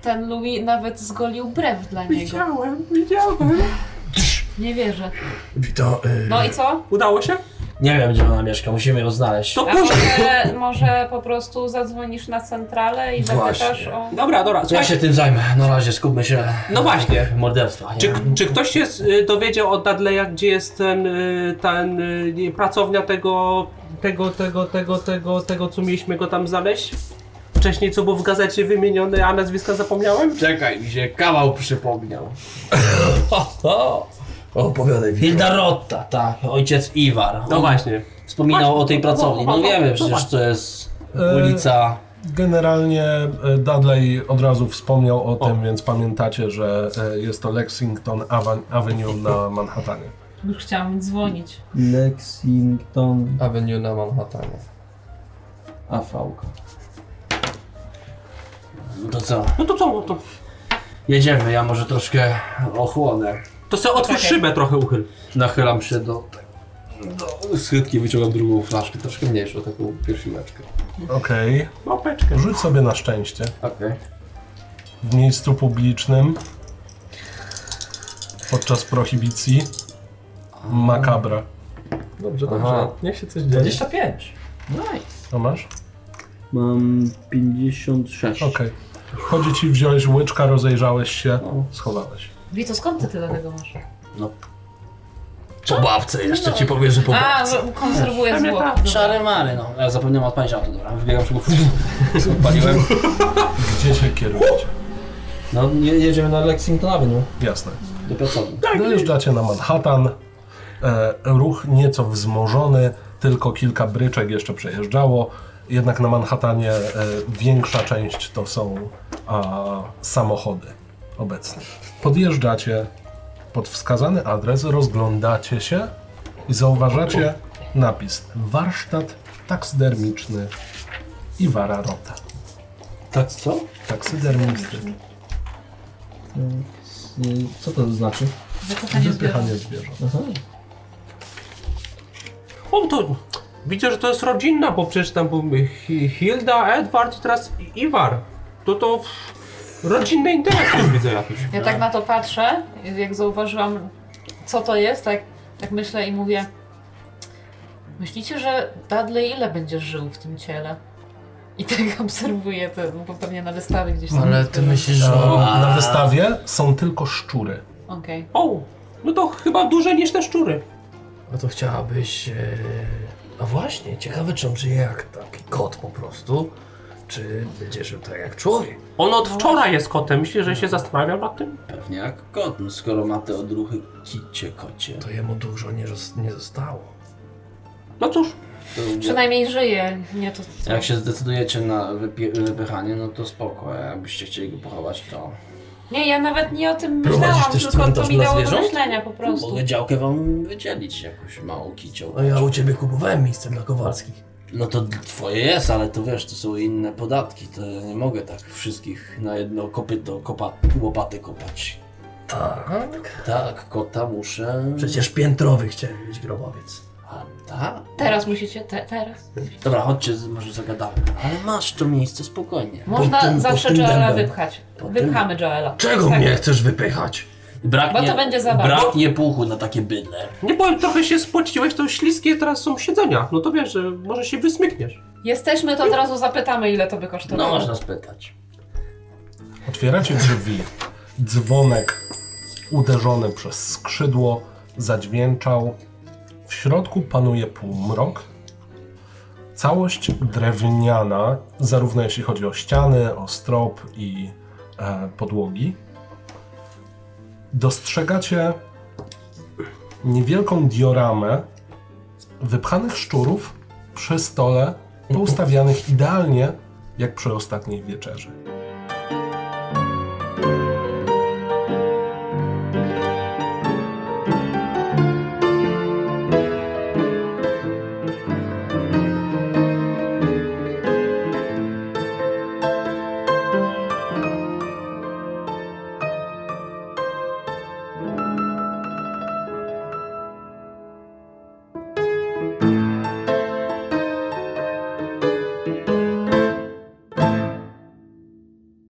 ten Louis nawet zgolił brew dla niego.
Widziałem, widziałem.
Nie wierzę.
Wito, y,
No i co?
Udało się?
Nie wiem gdzie ona mieszka, musimy ją znaleźć.
no
To
A
później.
może, może po prostu zadzwonisz na centralę i zapytasz
No Właśnie.
o...
Dobra, dobra,
Ja
słuchaj.
się tym zajmę. Na razie skupmy się
No właśnie.
morderstwa.
Czy, czy ktoś się y, dowiedział od Dudleya, gdzie jest ten, y, ten y, nie, pracownia tego, tego, tego, tego, tego, tego, co mieliśmy go tam znaleźć? Wcześniej, co było w gazecie wymienione, a nazwiska zapomniałem?
Czekaj, mi się kawał przypomniał.
opowiadaj mi.
Hildarotta, tak. Ojciec Iwar.
No
On
właśnie.
Wspominał o tej pracowni. No wiemy przecież to jest
E,
ulica.
Generalnie e, Dudley od razu wspomniał o, tym, więc pamiętacie, że e, jest to Lexington Aven- Avenue na Manhattanie.
Już chciałam dzwonić.
Lexington
Avenue na Manhattanie.
AV.
No to co?
No to co? To,
Jedziemy, ja może troszkę ochłonę.
to sobie otwórz
Okej.
szybę trochę uchyl.
Nachylam się do, do schytki, wyciągam drugą flaszkę, troszkę mniejszą, taką piersiłeczkę.
Okej,
Małpeczkę.
rzuć sobie na szczęście.
Okej.
w miejscu publicznym podczas prohibicji makabra.
Dobrze, dobrze.
Aha.
Niech się coś dzieje.
25.
To masz?
Mam 56.
Okej. Wchodzi ci, wziąłeś łyczka, rozejrzałeś się, schowałeś.
Wito, skąd ty tyle tego masz?
No.
No
Po babce jeszcze ci powiem.
A, że konserwuję zło.
Szary mary, no. Ja zapomniałem odpalić auto, dobra. Wybiegam szybko.
Paliłem.
Gdzie się kierujecie?
No, je- jedziemy na Lexington Avenue.
Jasne.
Do pracowni.
Dojeżdżacie na Manhattan. E, ruch nieco wzmożony, tylko kilka bryczek jeszcze przejeżdżało. Jednak na Manhattanie e, większa część to są a, samochody obecne. Podjeżdżacie pod wskazany adres, rozglądacie się i zauważacie napis warsztat taksydermiczny Iwara Rota.
Tak, co?
Taksydermiczny.
Tak, Co to znaczy?
Wykochanie zwierząt.
Wypychanie zwierząt.
O, to widzę, że to jest rodzinna, bo przecież tam był Hi- Hilda, Edward i teraz I- Iwar. To to pff, rodzinny interes jest, widzę jakiś.
Ja
no.
tak na to patrzę, jak zauważyłam, co to jest, tak, tak myślę i mówię. Myślicie, że Dudley ile będziesz żył w tym ciele? I tak obserwuję to, bo pewnie na wystawie gdzieś tam.
myślisz,
Na wystawie są tylko szczury.
Okej.
O, No to chyba dłużej niż te szczury.
No to chciałabyś. e, A właśnie, ciekawe, czy on żyje jak taki kot po prostu, czy będzie żył tak jak człowiek.
On od wczoraj jest kotem. Myślę, że się zastanawiał nad tym.
Pewnie jak kot, no skoro ma te odruchy kicie kocie.
To jemu dużo nie, zos- nie zostało.
No cóż,
To
Przynajmniej żyje, nie to... to-
jak się zdecydujecie na wypie- wypychanie, no to spoko, a jakbyście chcieli go pochować, to...
Nie, ja nawet nie o tym
Prowadzisz
myślałam,
też
tylko to
cmentarz
mi
dla
dało do
zwierząt? No,
myślenia po prostu.
Mogę działkę wam wydzielić, jakąś małą kicią.
No ja u ciebie kupowałem miejsce dla Kowalskich.
No to twoje jest, ale to wiesz, to są inne podatki, to ja nie mogę tak wszystkich na jedno kopyto, kopa- łopaty kopać.
Tak.
Tak, kota muszę...
Przecież piętrowy chciałem mieć grobowiec.
A tak?
Teraz musicie, te, teraz.
Dobra, chodźcie, z- może zagadamy. Ale masz to miejsce, spokojnie.
Można
tym-
zawsze
pod tym
Joela
dębem.
wypchać.
Pod
Wypchamy Joela.
Czego
Tak.
mnie chcesz wypychać?
Braknie,
Bo to będzie zabawa.
Braknie puchu na takie bydle.
nie powiem, trochę się spociłeś, to śliskie teraz są siedzenia. No to wiesz, że może się wysmykniesz.
Jesteśmy, to od razu zapytamy, ile to by kosztowało.
No można spytać.
Otwieracie drzwi. Dzwonek uderzony przez skrzydło zadźwięczał. W środku panuje półmrok. Całość drewniana, zarówno jeśli chodzi o ściany, o strop i e, podłogi. Dostrzegacie niewielką dioramę wypchanych szczurów przy stole, poustawianych idealnie jak przy ostatniej wieczerzy.